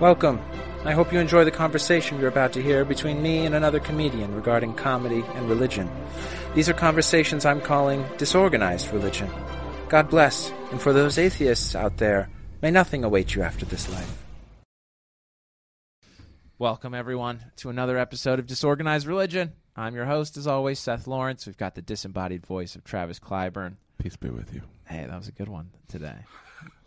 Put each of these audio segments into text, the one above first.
Welcome. I hope you enjoy the conversation you're about to hear between me and another comedian regarding comedy and religion. These are conversations I'm calling disorganized religion. God bless, and for those atheists out there, may nothing await you after this life. Welcome, everyone, to another episode of Disorganized Religion. I'm your host, as always, Seth Lawrence. We've got the disembodied voice of Travis Clyburn. Peace be with you. Hey, that was a good one today.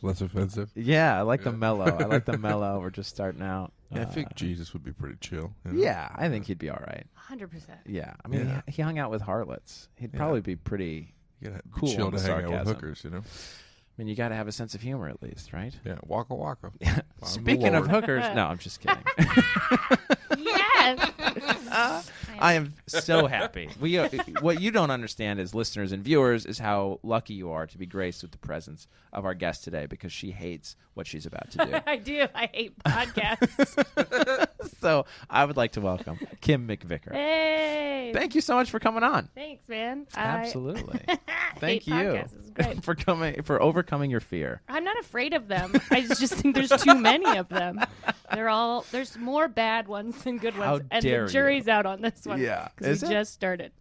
Less offensive. Yeah, I like the mellow. I like the mellow. We're just starting out. Yeah, I Uh, think Jesus would be pretty chill. you know? yeah, I think he'd be all right. 100%. Yeah, I mean, Yeah. He, he hung out with harlots. He'd Yeah. probably be pretty. You gotta be Cool chill on to the hang out sarcasm. with hookers, you know? I mean, you got to have a sense of humor at least, right? Yeah, waka waka. the Speaking of Lord. hookers, no, I'm just kidding. Yes. I am so happy. We are, what you don't understand as listeners and viewers is how lucky you are to be graced with the presence of our guest today because she hates what she's about to do. I do. I hate podcasts. so I would like to welcome Kim McVicker. hey. Thank you so much for coming on. Thanks, man. Absolutely. I Thank hate you podcasts. It's great. for coming for overcoming your fear. I'm not afraid of them. I just think there's too many of them. They're all there's more bad ones than good How ones, and dare you. the jury's out on this one. Yeah. because Is we it? just started.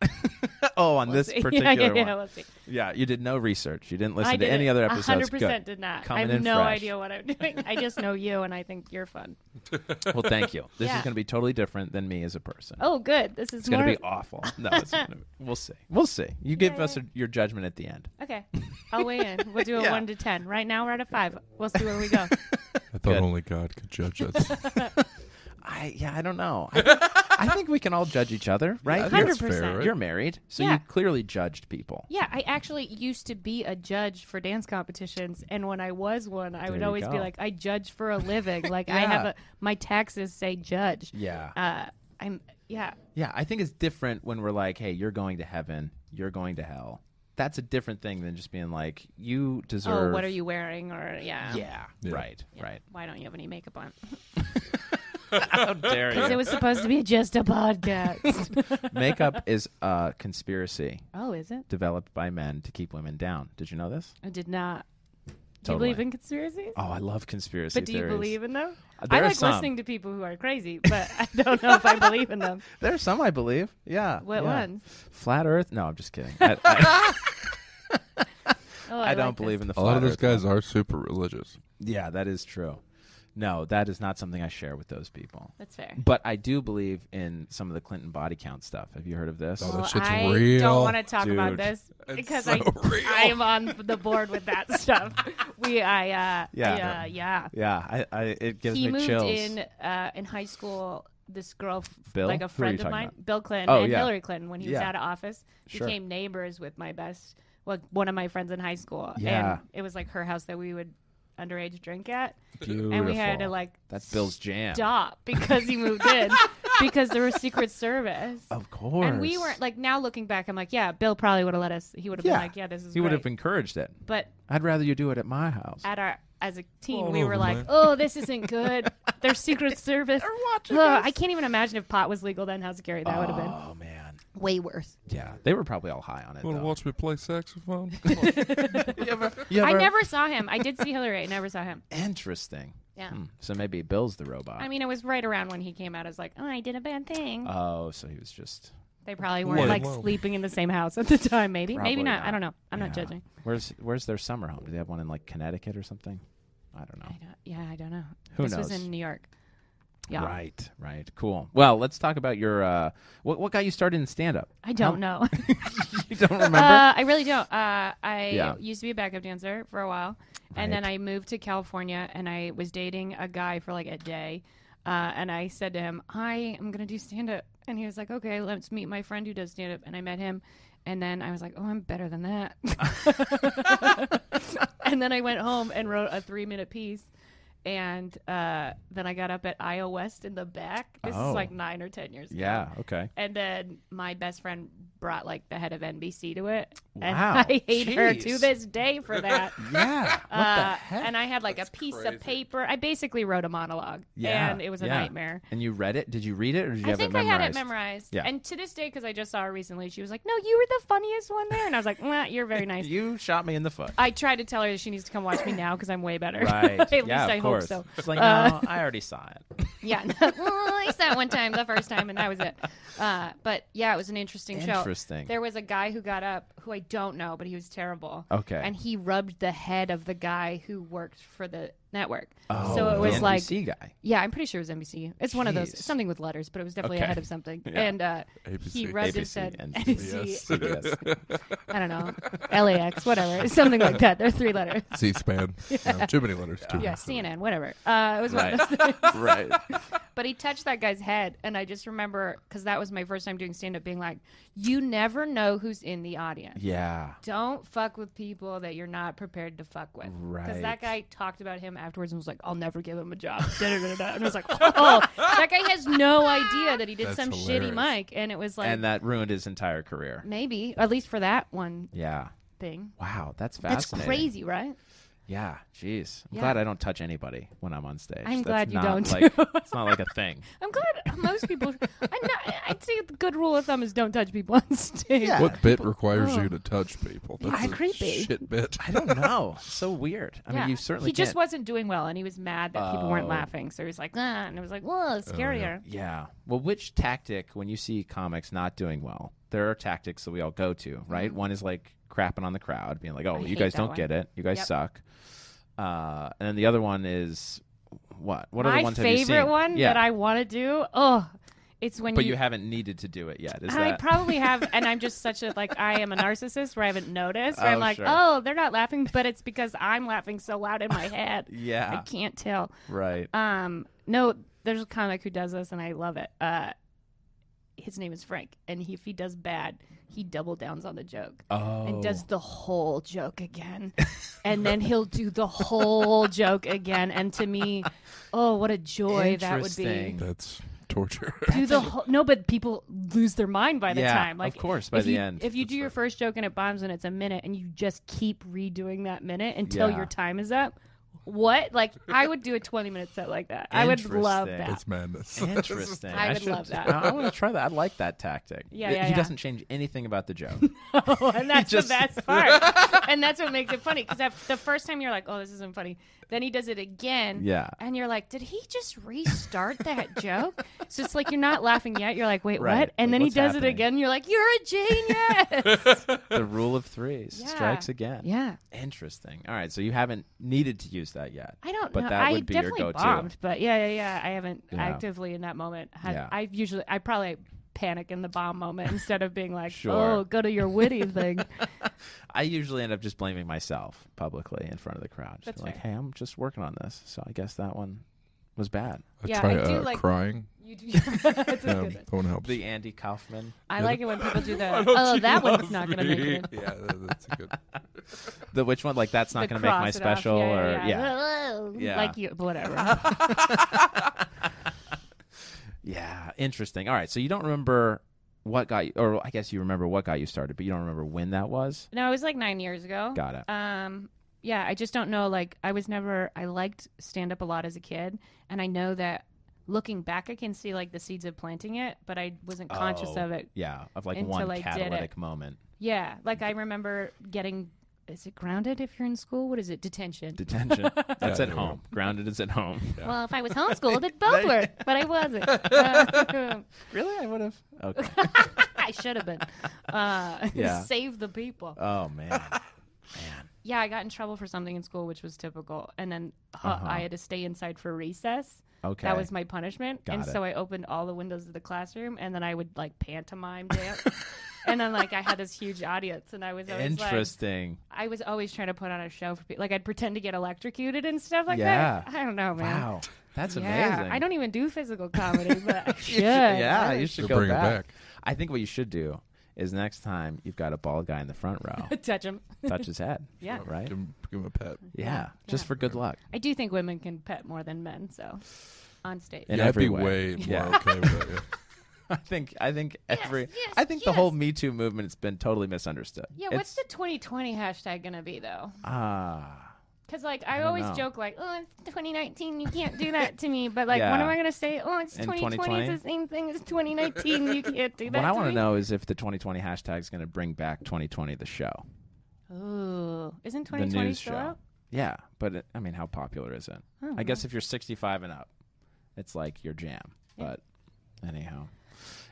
oh, on We'll this see. particular yeah, yeah, yeah, one. We'll see. Yeah, you did no research. You didn't listen I to did any it. other 100% episodes. Good. did not. Coming I have in no fresh. idea what I'm doing. I just know you, and I think you're fun. Well, thank you. This Yeah. is going to be totally different than me as a person. Oh, good. This is It's more. gonna be awful. No, it's gonna be, we'll see. We'll see. You give Yeah, us a, your judgment at the end. Okay. I'll weigh in. We'll do a Yeah. one to ten. Right now we're at a five. We'll see where we go. I thought Good. only God could judge us. I yeah, I don't know. I think, I think we can all judge each other, right? think You're, it's fair, 100%. right? you're married, so you Yeah. clearly judged people. Yeah, I actually used to be a judge for dance competitions, and when I was one, I There would you always go. be like, "I judge for a living." Like I Yeah. have a my taxes say judge. Yeah, Uh, I'm yeah. yeah. I think it's different when we're like, hey, you're going to heaven, you're going to hell. That's a different thing than just being like, you deserve. Oh, what are you wearing? Or yeah, Yeah, Yeah. right, Yeah. right. Why don't you have any makeup on? How dare Because it you? was supposed to be just a podcast. Makeup is a conspiracy oh, is it? developed by men to keep women down. Did you know this? I did not. Totally. Do you believe in conspiracies? Oh, I love conspiracy but do you theories. believe in them? Uh, I there are like some. listening to people who are crazy, but I don't know if I believe in them. There's some I believe. Yeah. What yeah. ones? Flat Earth? No, I'm just kidding. I, I, Oh, I like don't this. believe in the A flat lot of those Earth. guys are super religious. Yeah, that is true. No, that is not something I share with those people. That's fair. But I do believe in some of the Clinton body count stuff. Have you heard of this? Oh, that Well, shit's I real. don't want to talk about Dude. this It's because so I, real. I am on the board with that stuff. We, I, uh, Yeah. yeah, uh, yeah. Yeah, I, I, it gives He me moved chills. in uh, in high school. This girl, f- Bill? like Who are a you friend of talking mine, about? Bill Clinton Oh, and yeah. Hillary Clinton, when he was Yeah. out of office, Sure. became neighbors with my best, well, one of my friends in high school. Yeah. And it was like her house that we would underage drink at, Beautiful. and we had to like That's Bill's jam. stop because he moved in because there was Secret Service. Of course. And we weren't like now looking back, I'm like, yeah, Bill probably would have let us. He would have Yeah. been like, yeah, this is. He would have great. encouraged it. But I'd rather you do it at my house. at our as a teen, All we were over, like, man. oh, this isn't good. There's Secret Service. They're watching Ugh, us. I can't even imagine if pot was legal then. How's it carry? That would have been Oh man. way worse. Yeah, they were probably all high on it. Want though. to watch me play saxophone? Come on. You ever- you I ever- never saw him. I did see Hillary. I never saw him. Interesting. Yeah. Hmm. So maybe Bill's the robot. I mean, it was right around when he came out. I was like, oh, I did a bad thing. oh, so he was just. they probably whoa, weren't like whoa. sleeping in the same house at the time. Maybe, Probably maybe not. not. I don't know. I'm not Yeah. judging. Where's Where's their summer home? Do they have one in like Connecticut or something? I don't know. I don't, yeah, I don't know. Who this knows? was in New York. Yeah, Right. Right. Cool. Well, let's talk about your. Uh, what What got you started in stand up? I don't know. you don't remember? Uh, I really don't. Uh, I Yeah. used to be a backup dancer for a while, and then I moved to California, and I was dating a guy for like a day, uh, and I said to him, "Hi, I'm gonna do stand up," and he was like, "Okay, let's meet my friend who does stand up," and I met him. And then I was like, "Oh, I'm better than that." and then I went home and wrote a three-minute piece, and uh, then I got up at Iowa West in the back. This Oh. is like nine or ten years ago. yeah. Okay. And then my best friend brought like the head of NBC to it. And Wow. I hate her to Jeez. this day for that. Yeah. What the Uh, heck? and I had like That's a piece crazy. of paper. I basically wrote a monologue, Yeah, and it was a yeah. nightmare. And you read it? Did you read it, or did you I have think it I memorized? had it memorized. Yeah. And to this day, because I just saw her recently, she was like, "No, you were the funniest one there," and I was like, nah, "You're very nice." You shot me in the foot. I tried to tell her that she needs to come watch me now because I'm way better. Right. At least yeah, I of course. hope so. She's like, Uh, no, I already saw it. Yeah, no, I saw it one time, the first time, and that was it. Uh, but yeah, it was an interesting, Interesting. show. There was a guy who got up who I don't know, but he was terrible. Okay. and he rubbed the head of the guy who worked for the network. Oh, so it the was like, NBC guy. yeah, I'm pretty sure it was NBC. It's one of those Jeez. something with letters, but it was definitely Okay. a head of something. And uh, he ABC. rubbed his ABC, head. NBC. NBC, Yes. I don't know, LAX, whatever, something like that. They're three letters. C-SPAN. Yeah, too many letters. Too Yeah, CNN, whatever. Uh, it was one of those things. right. But he touched that guy's head, and I just remember because that was my first time doing stand up, being like, "You never know who's in the audience. Yeah. Don't fuck with people that you're not prepared to fuck with." Because Right. that guy talked about him afterwards and was like, "I'll never give him a job." Da-da-da-da-da. and I was like, "Oh, that guy has no idea that he did That's some hilarious. shitty mic." And it was like, and that ruined his entire career. maybe at least for that one Yeah. thing. Wow, that's That's fascinating. crazy, right? Yeah, jeez. I'm Yeah. glad I don't touch anybody when I'm on stage. I'm That's glad you not don't, Like, too. it's not like a thing. I'm glad most people. I'm not, I'd say the good rule of thumb is don't touch people on stage. Yeah. What bit requires Oh. you to touch people? That's Yeah, a creepy. Shit bit. I don't know. It's so weird. I Yeah. mean, you certainly he just can't- wasn't doing well, and he was mad that people Oh. weren't laughing. So he was like, ah, and it was like, whoa, it's scarier. Yeah. Well, which tactic when you see comics not doing well? There are tactics that we all go to, right? One is like crapping on the crowd, being like, "Oh, Mm-hmm. I you hate guys that don't one. get it. You guys Yep. suck." Uh, and then the other one is what? What are My the ones have you favorite seen? one yeah. that I want to do, oh, it's when But you haven't needed to do it yet. Is I that probably have, and I'm just such a like I am a narcissist where I haven't noticed. Where Oh, I'm like, sure. oh, they're not laughing, but it's because I'm laughing so loud in my head. I Yeah. can't tell. Right. Um, no, there's a comic who does this, and I love it. Uh, his name is Frank, and he, if he does bad, he double downs on the joke. Oh. and does the whole joke again. and then he'll do the whole joke again. And to me, oh, what a joy that would be. Interesting. That's torture. Do the whole, no, but people lose their mind by the Yeah, time. of Like, course, by if the you- end. If you do your first joke and it bombs and it's a minute, and you just keep redoing that minute until Yeah. your time is up, what? Like, I would do a twenty-minute set like that. I would love Interesting. that. That's madness. Interesting. I would should- love that. I, want to try that. I like that tactic. Yeah, It- yeah, He yeah. doesn't change anything about the joke. Oh, and that's just- the best part. and that's what makes it funny because the first time you're like, "Oh, this isn't funny." Then he does it again. Yeah. And you're like, "Did he just restart that joke?" So it's like you're not laughing yet. You're like, "Wait, Right. what?" And Wait, then he what's does it happening? again. You're like, "You're a genius." the rule of threes Yeah. strikes again. yeah. Interesting. All right, so you haven't needed to use that yet. I don't But know. that I would be your definitely go-to. bombed, but yeah, yeah, yeah. I haven't Yeah. actively in that moment. Had, Yeah. I've usually, I probably panic in the bomb moment instead of being like, Sure. "Oh, go to your witty thing." I usually end up just blaming myself publicly in front of the crowd. Just That's like, fair. hey, I'm just working on this, so I guess that one was bad. I Yeah, try I do uh, like- Oh crying. You do. That's a Um, Yeah, good one. that one helps. The Andy Kaufman. I Yeah. like it when people do the. don't Oh, you that one's love not going to me?" make it. in." Yeah, that- that's a good. The which one? Like that's not the going to make my cross it off. special, yeah, or yeah, yeah. Yeah. like you, whatever. Yeah, interesting. All right, so you don't remember what got you, or I guess you remember what got you started, but you don't remember when that was. no, it was like nine years ago. Got it. Um, yeah, I just don't know. Like, I was never. I liked stand up a lot as a kid, and I know that looking back, I can see like the seeds of planting it, but I wasn't conscious Oh, of it. Yeah, of like until one I did it. catalytic moment. Yeah, like I remember getting. Is it grounded if you're in school? What is it? Detention. Detention. That's Yeah, at yeah. home. Grounded is at home. well, if I was homeschooled, it both were, but I wasn't. Uh, Really, I would have. Okay. I should have been. Uh, Yeah. Save the people. oh man. yeah, I got in trouble for something in school, which was typical. And then huh, Uh-huh. I had to stay inside for recess. Okay. That was my punishment. Got and it. so I opened all the windows of the classroom and then I would like pantomime dance. and then like I had this huge audience and I was always like Interesting. I was always trying to put on a show for people. Like I'd pretend to get electrocuted and stuff like Yeah. that. I don't know, man. Wow, that's Yeah. amazing. I don't even do physical comedy, but I You should. should- yeah, I you should Should go bring it back. back. I think what you should do is next time you've got a bald guy in the front row, touch him. touch his head. Yeah. Right. Give him, give him a pet. Yeah, just for good luck. I do think women can pet more than men, so on stage. In yeah, I'd every be way. way more Yeah. okay with that. Yeah. I think I think Yes, every yes, I think the whole yes. Me Too movement has been totally misunderstood. Yeah, what's the 2020 hashtag gonna be though? ah? Because like I, don't always know. joke like, oh, it's 2019, you can't do that to me. But like, Yeah. when am I gonna say, oh, it's In 2020, 2020? it's the same thing as 2019, you can't do that. What I want to want to know is if the 2020 hashtag is going to bring back 2020 the show, know. Ooh, isn't the 2020 news still show. out? Yeah, but it, I mean, how popular is it? I, guess if you're 65 and up, it's like your jam. Yeah. But anyhow,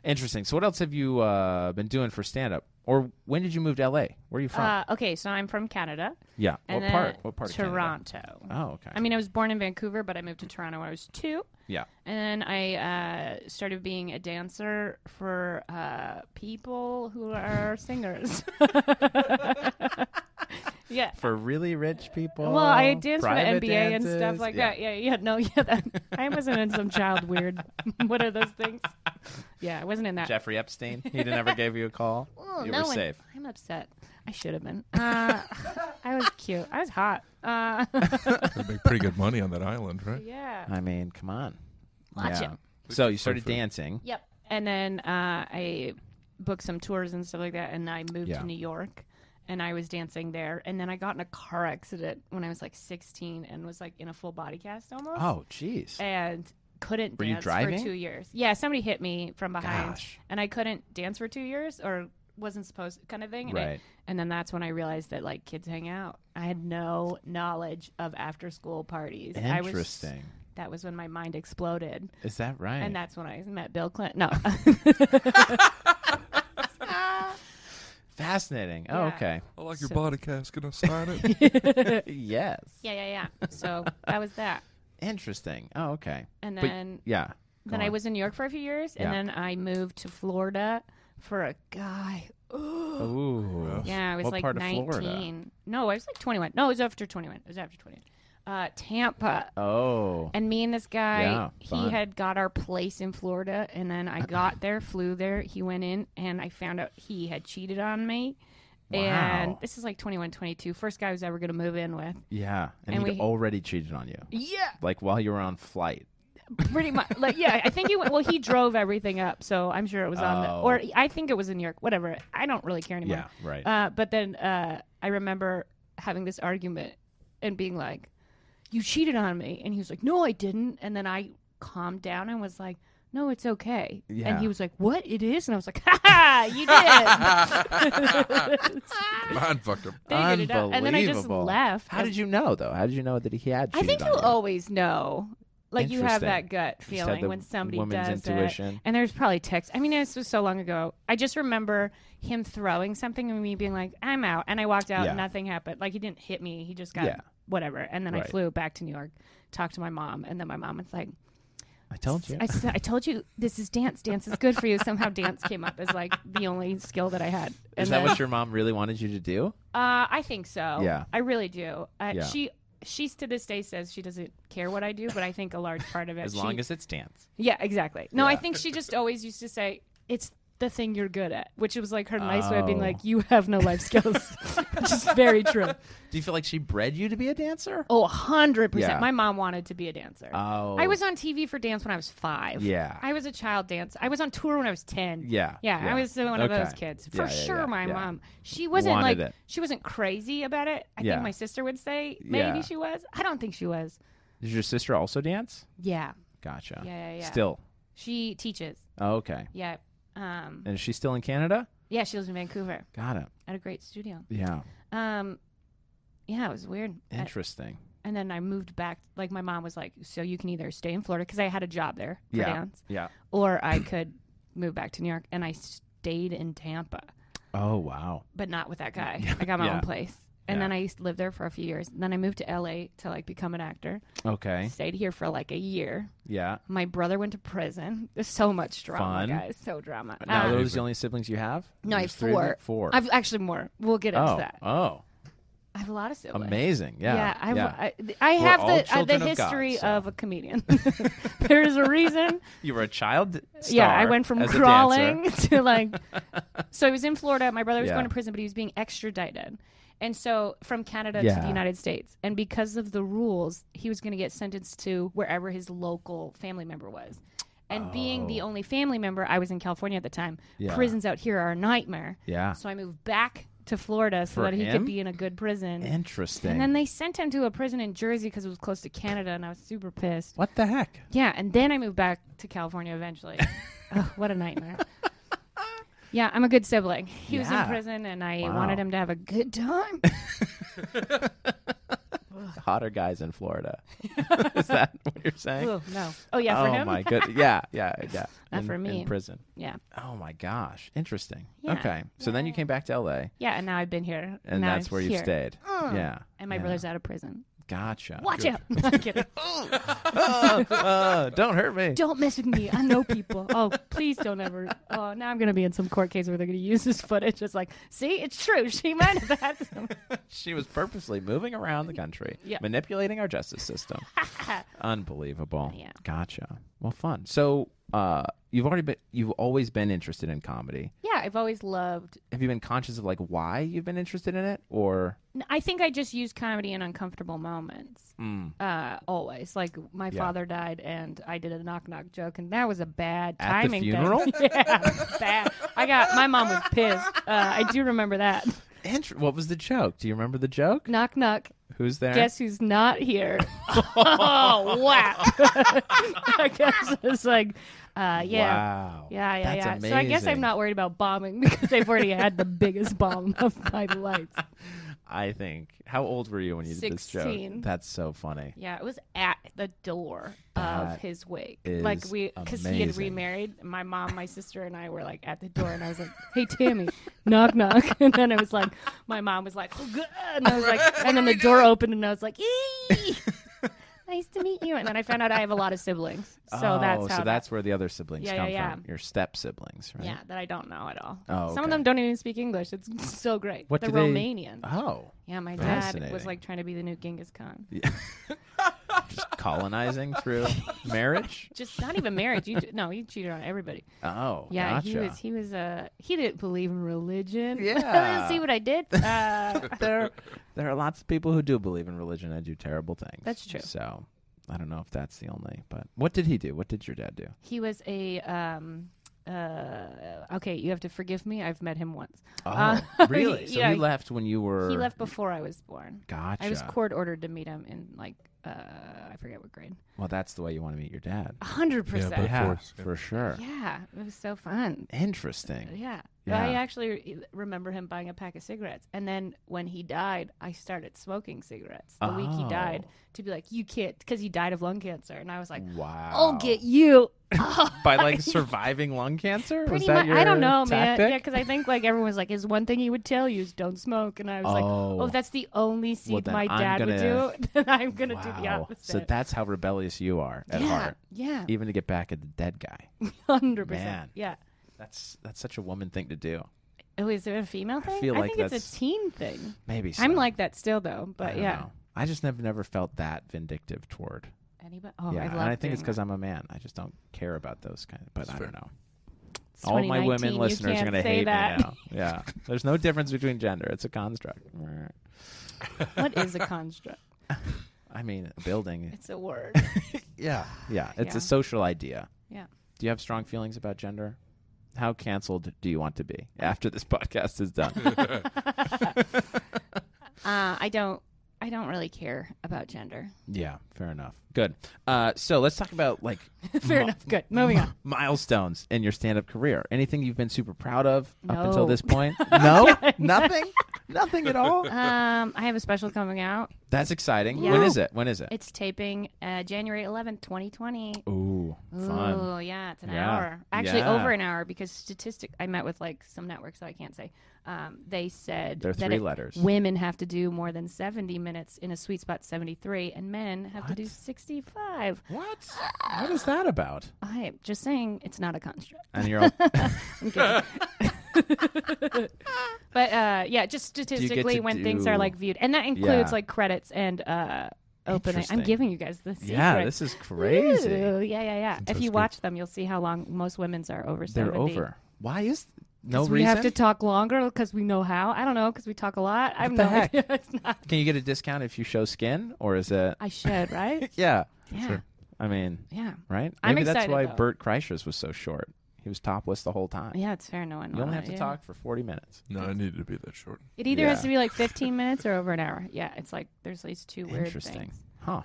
interesting. So what else have you uh, been doing for stand up? Or when did you move to LA? Where are you from? Uh, okay, so I'm from Canada. yeah. And what then part? What part of Canada? Toronto. Oh, okay. I mean, I was born in Vancouver, but I moved to Toronto when I was two. yeah. And then I uh, started being a dancer for uh, people who are singers. yeah. For really rich people. Well, I danced for the Oh, private NBA and stuff dances. like Yeah. that. Yeah, yeah, no, yeah. That, I wasn't in some child weird. what are those things? Yeah, I wasn't in that. Jeffrey Epstein. He didn't ever gave you a call. Oh, you no were one- safe. I'm upset. I should have been. Uh, I was cute. I was hot. Uh, They make pretty good money on that island, right? yeah. I mean, come on. Watch Yeah. it. So you started For food. dancing. Yep. And then uh, I booked some tours and stuff like that, and I moved Yeah. to New York, and I was dancing there. And then I got in a car accident when I was like 16, and was like in a full body cast almost, Oh, jeez. and couldn't Were you dance driving? for two years. Yeah, somebody hit me from behind, Gosh. and I couldn't dance for two years, or wasn't supposed kind of thing. And I- Right. and then that's when I realized that like kids hang out. I had no knowledge of after school parties. I was- Interesting. that was when my mind exploded. Is that right? And that's when I met Bill Clinton. No. Fascinating. Oh, Yeah. okay. I like your So- body cast. Can I sign it? yes. yeah, yeah, yeah. So that was that. Interesting. Oh, okay. And But- then Yeah. Go then I on. was in New York for a few years and Yeah. then I moved to Florida for a guy. Oh, Ooh. Ooh. Yeah, I was What like part of 19. Florida? No, I was like 21. No, it was after 21. It was after 21. Uh, Tampa. Oh. And me and this guy, Yeah, he fun. had got our place in Florida, and then I got there, flew there. He went in, and I found out he had cheated on me. Wow. And this is like 21, 22, first guy I was ever going to move in with. yeah. And, and he'd we- already cheated on you. Yeah, Like while you were on flight. pretty much. Like, yeah, I think he went. Well, he drove everything up, so I'm sure it was on. The, Oh. or I think it was in New York. Whatever. I don't really care anymore. Right. Uh, but then uh, I remember having this argument and being like, "You cheated on me," and he was like, "No, I didn't." And then I calmed down and was like, "No, it's okay." Yeah. And he was like, "What? It is?" And I was like, "Ha ha! You did." Mind fucked him. Figured it out. And then I just Unbelievable. left. How did you know though? How did you know that he had I cheated think on you you? always know. Like you have that Interesting. gut You just had feeling the when somebody woman's does it. intuition. And there's probably text. I mean, this was so long ago. I just remember him throwing something and me being like, "I'm out," and I walked out. Yeah. Nothing happened. Like he didn't hit me. He just got Yeah. whatever. And then I Right. flew back to New York, talked to my mom, and then my mom was like, I told you. I, s- I told you this is dance. Dance is good for you." Somehow, dance came up as like the only skill that I had. And Is that then- what your mom really wanted you to do? uh, I think so. Yeah. I really do. Uh, Yeah. She she's to this day says she doesn't care what I do, but I think a large part of it. As she- long as it's dance. yeah, exactly. No, I Yeah. think she just always used to say it's the thing you're good at, which was like her nice way of being Oh. like you have no life skills, which is very true. Do you feel like she bred you to be a dancer? Oh, hundred percent. Yeah. My mom wanted to be a dancer. Oh. I was on TV for dance when I was five. Yeah. I was a child dance. I was on tour when I was ten. Yeah, Yeah. yeah. I was one Okay. of those kids. For Yeah, yeah, sure yeah, my yeah. mom. She wasn't Wanted like it. she wasn't crazy about it. I Yeah. think my sister would say maybe Yeah. she was. I don't think she was. Did your sister also dance? Yeah. Gotcha. Yeah, yeah, yeah. Still. She teaches. Oh, okay. Yeah. Um And is she still in Canada? yeah, she lives in Vancouver Got it. at a great studio. Yeah. Um yeah, it was weird. I- Interesting. and then I moved back. Like my mom was like, "So you can either stay in Florida because I had a job there for yeah. dance, Yeah. or I could move back to New York. And I stayed in Tampa, Oh wow. but not with that guy. I got my Mm, Yeah. own place. And Yeah. then I lived there for a few years. Then I moved to LA to like become an actor. Okay. Stayed here for like a year. Yeah. My brother went to prison. There's so much drama, Fun. guys. So drama. Uh, Now are those the only siblings you have? no, I have There's three of you? four. Four. I've actually more. We'll get into oh. that. Oh. I have a lot of siblings. Amazing. Yeah. I've, I, I have all the uh, the children of God, history so. of a comedian. There's a reason you were a child. yeah, I star went from as a crawling dancer. to like. so I was in Florida. My brother was Yeah. going to prison, but he was being extradited. And so from Canada to Yeah. the United States. And because of the rules, he was going to get sentenced to wherever his local family member was. And being the only family member, I was in California at the time. Oh. Yeah. Prisons out here are a nightmare. Yeah. So I moved back to Florida so For that he him? could be in a good prison. Interesting. and then they sent him to a prison in Jersey because it was close to Canada, and I was super pissed. what the heck? Yeah, and then I moved back to California eventually. Ugh, what a nightmare. Yeah, I'm a good sibling. He was Yeah. in prison, and I Wow. wanted him to have a good time. Hotter guys in Florida. Is that what you're saying? Ooh, no. Oh yeah, for oh him. my good. Yeah, yeah, yeah. Not in, for me. In prison. Yeah, Oh my gosh. Interesting. Yeah. Okay. So then you came back to LA yeah. And now I've been here, and now that's I'm where you've here. stayed. Yeah. And my yeah. brother's out of prison. Gotcha. Watch Good. out! I'm kidding. Oh, oh, don't hurt me. Don't mess with me. I know people. Oh, please don't ever. Oh, now I'm gonna be in some court case where they're gonna use this footage. It's like, see, it's true. She might have had some. She was purposely moving around the country, Yeah. manipulating our justice system. Unbelievable. Yeah. Gotcha. Well, fun. So, uh, you've already been you've always been interested in comedy. Yeah, I've always loved. Have you been conscious of like why you've been interested in it or I think I just use comedy in uncomfortable moments. Uh, always. Like my Mm. Yeah. father died, and I did a knock knock joke, and that was a bad At the timing. thing. funeral? yeah, bad. I got my mom was pissed. Uh, I do remember that. Int- what was the joke? Do you remember the joke? Knock knock. Who's there? Guess who's not here? oh, wow. I guess it's like, uh, yeah. Wow. Yeah, yeah, That's yeah. So I guess I'm amazing. not worried about bombing because they've already had the biggest bomb of my life. I think. How old were you when you did this joke? 16. That's so funny. Yeah, it was at the door That of his wake. is Like we, because he had amazing. remarried. My mom, my sister, and I were like at the door, and I was like, "Hey, Tammy, knock, knock." And then it was like, my mom was like, "Oh, good," and I was like, and then the door opened, and I was like, "Eee, nice to meet you." And then I found out I have a lot of siblings, so oh, that's how. so that- that's where the other siblings Yeah, come yeah, from. yeah. Your step siblings, right? yeah, that I don't know at all. Oh, Some okay. of them don't even speak English. It's so great. What They're do they- Romanian. Oh, yeah, my dad was Fascinating. like trying to be the new Genghis Khan. just colonizing through marriage. Just not even marriage. You no, he cheated on everybody. Oh, Yeah, gotcha. he was. He was uh, he didn't believe in religion. Yeah. see what I did? Uh, there, there are lots of people who do believe in religion and do terrible things. That's true. So, I don't know if that's the only. But what did he do? What did your dad do? he was a. Um, uh, okay, you have to forgive me. I've met him once. Oh, Uh, really? So yeah, he left when you were. He left before I was born. Gotcha. I was court ordered to meet him in like uh, I forget what grade. well, that's the way you want to meet your dad. A hundred Of percent. but- yeah, course, yeah. for sure. Yeah, it was so fun. Interesting. Yeah. Yeah. I actually re- remember him buying a pack of cigarettes. And then when he died, I started smoking cigarettes the week he died Oh. to be like, you can't, because he died of lung cancer. And I was like, Wow. I'll get you. by like surviving lung cancer. Pretty was that much. your I don't know, tactic? man. Yeah, because I think like everyone was like, his one thing he would tell you is don't smoke. And I was like, Oh. oh, if that's the only seed then my I'm dad gonna- would do, then I'm going to wow. do the opposite. So that's how rebellious you are at yeah, heart. yeah, Even to get back at the dead guy. hundred Man. percent. Yeah, That's that's such a woman thing to do. oh, is it a female thing? feel like think it's that's- a teen thing. Maybe. So. I'm like that still though, I but don't yeah. know. I just never never felt that vindictive toward. Anybody? Oh, yeah, I love and I think doing it's because that. I'm a man. I just don't care about those kind. Of, but I fair. don't know. It's All my 2019, women you listeners are can't going to say hate that. me now. Yeah, there's no difference between gender. It's a construct. what is a construct? I mean, a building. It's a word. Yeah, yeah. It's Yeah. a social idea. Yeah. Do you have strong feelings about gender? How canceled do you want to be after this podcast is done? Uh, I don't. I don't really care about gender. yeah, fair enough. Good. Uh, so let's talk about like Fair mi- enough. Good. Moving on. milestones in your stand-up career. Anything you've been super proud of up No. until this point? no, nothing, nothing at all. Um, I have a special coming out. That's exciting. Yeah. When is it? When is it? It's taping uh, January 11th, 2020. Ooh, Oh, Ooh, fun. yeah, it's an Yeah. hour. Actually, Yeah. over an hour because statistic. I met with like some network, so I can't say. Um, they said There are that three it- letters. Women have to do more than 70 minutes in a sweet spot 73, and men have to do What? 65. What? What is that about? I'm just saying it's not a construct. And you're all, But uh, yeah, just statistically, when things are do- like viewed, and that includes Yeah. like credits and uh, opening. I'm Interesting. giving you guys the secrets. yeah, this is crazy. Ooh, yeah, yeah, yeah. If you good. watch them, you'll see how long most women's are over. They're 70. over. Why is no 'Cause we reason? have to talk longer because we know how. I don't know because we talk a lot. I have the no heck? idea. It's not. Can you get a discount if you show skin, or is it? I should, right? Yeah, yeah. I mean, Yeah. right? I'm Maybe that's excited, why though. Bert Kreischer's was so short. He was topless the whole time. Yeah, it's fair. No one. You only have to yeah. talk for 40 minutes. No, I needed to be that short. It either has Yeah. to be like 15 minutes or over an hour. Yeah, it's like there's at least two weird Interesting. things. Huh.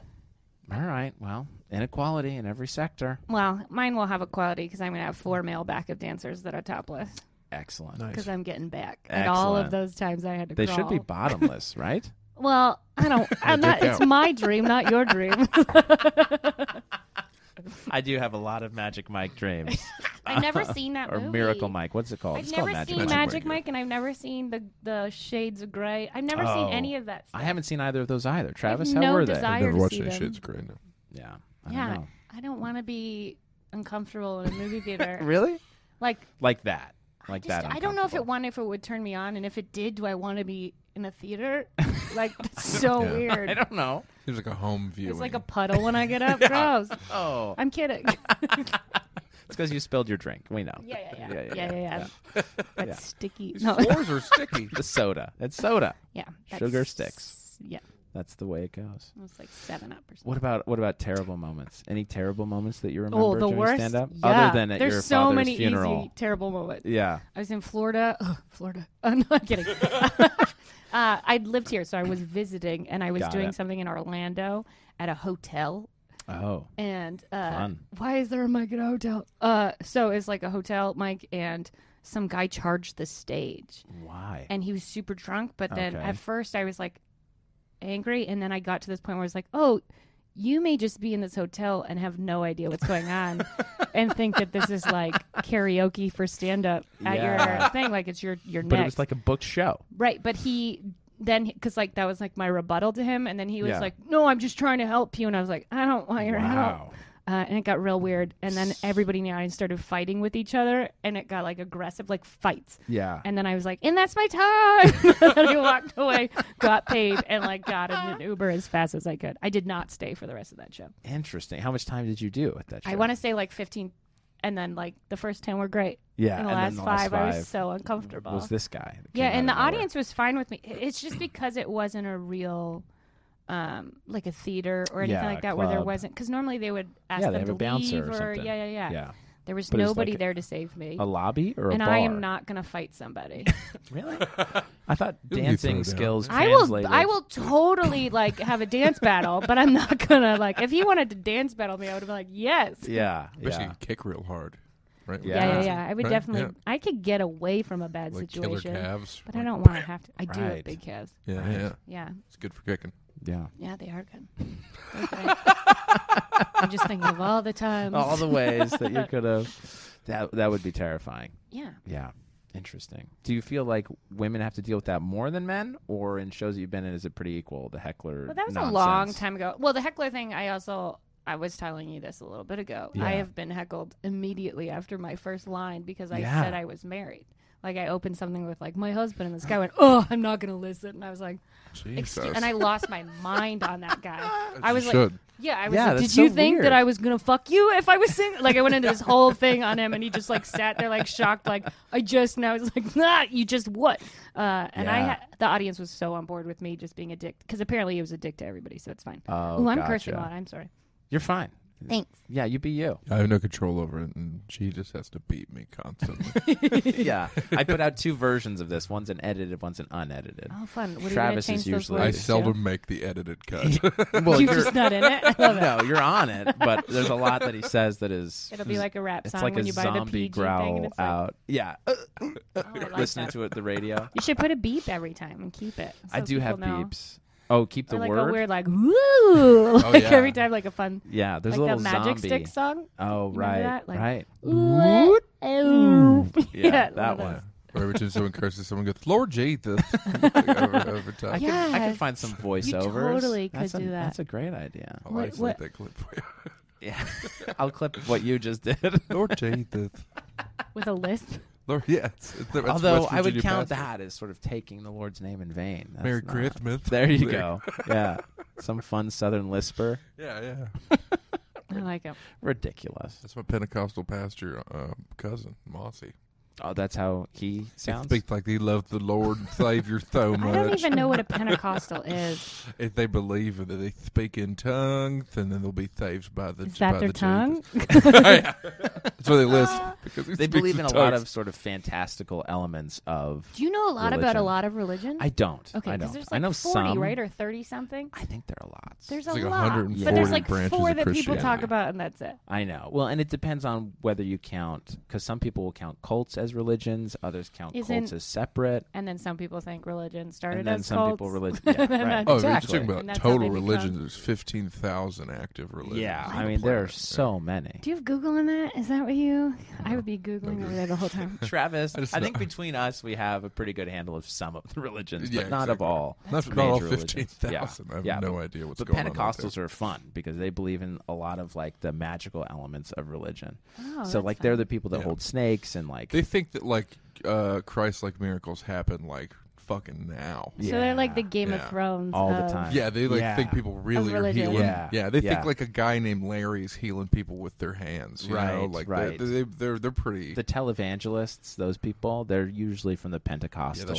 All right. Well, inequality in every sector. Well, mine will have a quality because I'm gonna have four male backup dancers that are topless Excellent. because I'm getting back at all Excellent. of those times I had to. They should be crawl. bottomless, right? Well, I don't. I'm not. dip It's out. my dream, not your dream. I do have a lot of Magic Mike dreams. I've never seen that or movie. Miracle Mike. What's it called? I've it's never called Magic seen Mike. Mike. Magic Mike, and I've never seen the the Shades of Grey. I've never Oh. seen any of that. Stuff. I haven't seen either of those either. I have Travis, how no were desire I've never to watched see any them. shit. It's great. No. they? Yeah. I yeah, don't know. I don't want to be uncomfortable in a movie theater. Really? Like Like that. Like just, that. I don't know if it uncomfortable. one if it would turn me on, and if it did, do I want to be in a theater? like that's so Yeah. weird. I don't know. Seems like a home view. It's like a puddle when I get up. Gross. Oh. I'm kidding. It's because you spilled your drink. We know. Yeah, yeah, yeah, Yeah, yeah, yeah, yeah. yeah, That's Yeah. sticky. These No, floors are sticky. The soda. It's soda. yeah, that's- Sugar sticks. Yeah, That's the way it goes. it was like seven up or something. What about what about terrible moments? Any terrible moments that you remember Oh, the during worst. stand up? Yeah. Other than at There's your so father's many funeral. easy, terrible moments. Yeah. I was in Florida. Ugh, Florida. Oh, no, I'm kidding. uh, I lived here, so I was visiting, and I was Got doing it. something in Orlando at a hotel. Oh. And uh, Fun. why is there a mic at a hotel? Uh, so it's like a hotel mic, and some guy charged the stage, Why? and he was super drunk. But then Okay. at first, I was like angry, and then I got to this point where I was like, oh. You may just be in this hotel and have no idea what's going on and think that this is like karaoke for stand up at Yeah. your thing. Like it's your, your but next. it was like a booked show. Right, but he then because like that was like my rebuttal to him, and then he was Yeah. like, "No, I'm just trying to help you," and I was like, "I don't want your help." Wow. Uh, and it got real weird, and then everybody in the audience started fighting with each other, and it got like aggressive, like fights. Yeah. And then I was like, "And that's my time." and I walked away, got paid, and like got in an Uber as fast as I could. I did not stay for the rest of that show. Interesting. How much time did you do at that show? I want to say like 15, and then like the first ten were great. Yeah. and the, and last, then the five, I was five so uncomfortable. was this guy. that Yeah, came and the out of nowhere. audience was fine with me. I- It's just because it wasn't a real, um, like a theater or anything Yeah, like that, where there club. wasn't. Because normally they would ask Yeah, they them have to a bouncer leave or something. yeah, yeah, yeah, Yeah. There was But it was nobody like a- there to save me, A lobby or a and bar? I am not gonna fight somebody. Really? I thought You can dancing throw down. skills I will, translated. I will totally like have a dance battle, but I'm not gonna like. If he wanted to dance battle me, I would have been like, yes. Yeah. Especially Yeah. you kick real hard. Right? Yeah. Yeah, yeah, yeah. I would Right? definitely. Yeah. I could get away from a bad Like killer situation, calves. but I don't want to have to. I do Right. have big calves. Yeah, Right. yeah. Yeah. It's good for kicking. Yeah. Yeah, they are good. Okay. I'm just thinking of all the times. All the ways that you could have. That that would be terrifying. yeah. Yeah. Interesting. Do you feel like women have to deal with that more than men, or in shows that you've been in, is it pretty equal? The heckler. Well, that was nonsense? a long time ago. Well, the heckler thing, I also, I was telling you this a little bit ago. Yeah. I have been heckled immediately after my first line because I Yeah. said I was married. Like I opened something with like my husband, and this guy went, "Oh, I'm not gonna listen." And I was like, Jesus. "Excuse," and I lost my mind on that guy. As I you was like, should. "Yeah, I was. Yeah, like, that's Did you so think weird. that I was gonna fuck you if I was single?" Like I went into this whole thing on him, and he just like sat there like shocked, like I just. And I was like, "Nah, you just what?" Uh, and I, Yeah. ha- the audience was so on board with me just being a dick because apparently he was a dick to everybody, so it's fine. Oh, Ooh, I'm gotcha. cursing a lot. I'm sorry. You're fine. Thanks. Yeah, you be you. I have no control over it, and she just has to beat me constantly. yeah, I put out two versions of this. One's an edited, one's an unedited. Oh, fun. What are you Travis gonna is change those usually- I words to? seldom make the edited cut. Well, You're just not in it. I love it. no, you're on it, but there's a lot that he says that is. It'll be like a rap it's song like when a you buy the zombie PG growl thing. And it's like, out. yeah, uh, oh, I like listening that. to it the radio. You should put a beep every time and keep it. I so do have people know. beeps. Oh, keep the or like word. Oh, a weird like woo, like yeah. every time like a fun yeah, there's like a the little magic zombie. stick song. Oh, remember right, that? Like, right. Ooh, ooh. Mm. Yeah, Yeah, that one one. of or every time someone curses, someone goes, Lord Jesus. Like, over, over time. I I could, I could Yes. find some voiceovers. totally could that's a, do that. That's a great idea. will What- isolate what- that clip for you. Yeah, I'll clip what you just did. Lord Jesus. with a lisp. Lord, yeah. It's, it's, it's Although West I would Virginia count pastor. that as sort of taking the Lord's name in vain. That's Merry not- Christmas. There you There- go. Yeah, some fun Southern lisper. Yeah, yeah. I like it. Ridiculous. That's my Pentecostal pastor uh, cousin, um, Mossy. Oh, that's how he It sounds. speaks like they love the Lord and Savior so I don't much. even know what a Pentecostal is. If they believe that they speak in tongues, and then they'll be saved by the. Is by that their the Jesus. tongue? Ah. That's what they list. Because he They speaks believe in a tongues. lot of sort of fantastical elements of. Do you know a lot about a Religion. lot of religion? I don't. okay, I because don't. there's I like know 40, some. right, or 30 something. I think there are lots. There's It's a like lot, 140 but there's like branches four of that people talk Christianity. about, and that's it. I know. Well, and it depends on whether you count, because some people will count cults as religions, others count cults Isn't- as separate, And then some people think religion started and then as some cults. people religion. Yeah, right. Oh, exactly. you're talking And about that's how total they religions. become- There's fifteen thousand active religions. yeah, on I the mean there are planet. so many. Do you have Google in that? Is that what you? I would be googling over there the whole time. Travis, I I, just know- think between us we have a pretty good handle of some of the religions, Yeah, but not of exactly. all. Not, not all major religions. fifteen thousand. Yeah, I have yeah, no but- idea what's But going on. out there. Pentecostals are fun because they believe in a lot of like the magical elements of religion. Oh, so that's like they're fun. the people that Yeah. hold snakes and like They think that like uh, Christ-like miracles happen like fucking now. So they're like the Yeah. Game of Yeah. Thrones All the of- time. Yeah, they like Yeah. think people really are religion. healing. Yeah. Yeah, they Yeah. think like a guy named Larry is healing people with their hands. You know? Right, like they- right. They, they, they're they're pretty. the televangelists, those people, they're usually from the yeah, Pentecostal the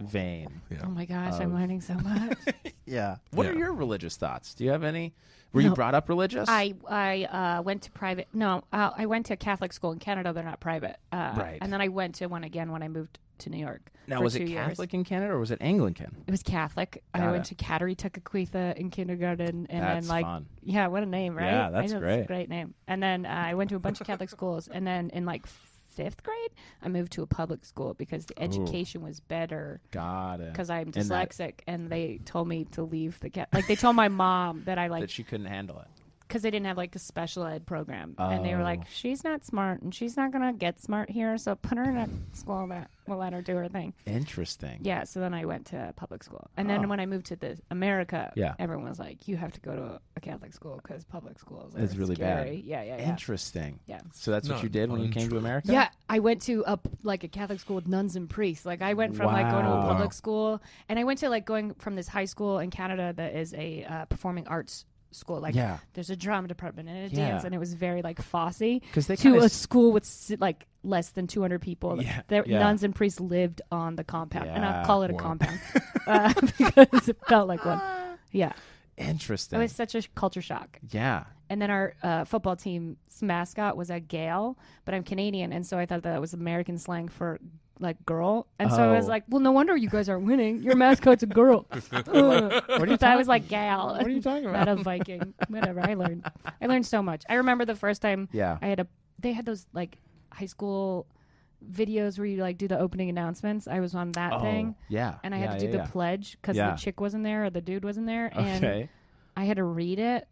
vein. Oh my gosh, I'm learning so much. Yeah. What are Yeah. your religious thoughts? Do you have any? Were you No. brought up religious? I I uh, went to private. No, uh, I went to Catholic school in Canada. They're not private. Uh, Right. And then I went to one again when I moved to New York. now for was it two years. Catholic in Canada or was it Anglican? It was Catholic. Got I went it. to Kateri Tukakwitha in kindergarten, and That's then like, fun. yeah, what a name, right? Yeah, I that's know, it's great. a great name. And then uh, I went to a bunch of Catholic schools, and then in like fifth grade, I moved to a public school because the education was better Got it. because I'm And Oh. that- dyslexic, and they told me to leave the cat. Like they told my mom that I like that she couldn't handle it. because they didn't have like a special ed program, and they were Oh. like, she's not smart, and she's not gonna get smart here, so put her in a school that will let her do her thing. Interesting. Yeah, so then I went to public school, and then when I moved to the America, Oh. Yeah. everyone was like, "You have to go to a Catholic school because public schools are It's really bad. scary." Yeah, yeah, yeah. Interesting. Yeah. So that's what Not you did when you came to untrue. America? Yeah, I went to a p- like a Catholic school with nuns and priests. Like I went from like going to a Wow. public school, and I went to like going from this high school in Canada that is a uh, performing arts school. Like Yeah. there's a drama department and a Yeah. dance, and it was very like Fosse 'Cause they to kinda a s- school with s- like less than 200 people. Yeah, Their yeah. nuns and priests lived on the compound, and Yeah. I'll call it a Wow. compound uh, because it felt like one. Yeah, it Interesting. was such a sh- culture shock. yeah. And then our uh, football team's mascot was a Gale, but I'm Canadian, and so I thought that was American slang for like girl. And so I was Oh. like, well, no wonder you guys aren't winning. Your mascot's a girl. what you I was like Gal. What are you talking Not about? a Viking. Whatever. I learned. I learned so much. I remember the first time Yeah. I had a. They had those like high school videos where you like do the opening announcements. I was on that Oh, thing. yeah. And I had Yeah, to do yeah, the yeah. pledge because Yeah. the chick wasn't there or the dude wasn't there, and Okay. I had to read it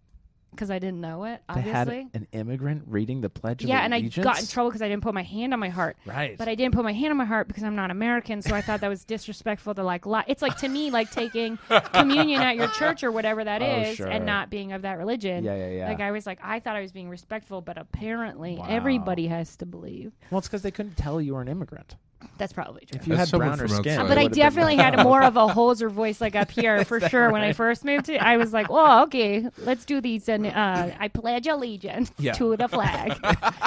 because I didn't know it. They Obviously, had an immigrant reading the Pledge of yeah, and I Allegiance. got in trouble because I didn't put my hand on my heart. Right. But I didn't put my hand on my heart because I'm not American, so I thought that was disrespectful to like lie. It's like to me like taking communion at your church or whatever that Oh, is, sure. and not being of that religion. Yeah, yeah, yeah. Like I was like I thought I was being respectful, but apparently Wow. everybody has to believe. Well, it's because they couldn't tell you were an immigrant. That's probably true. If you As had someone browner from skin, outside- it but I would've been- definitely had more of a Holzer voice, like up here for sure. When I first moved to, I was like, "Well, okay, let's do these." And uh, I pledge allegiance Yeah. to the flag.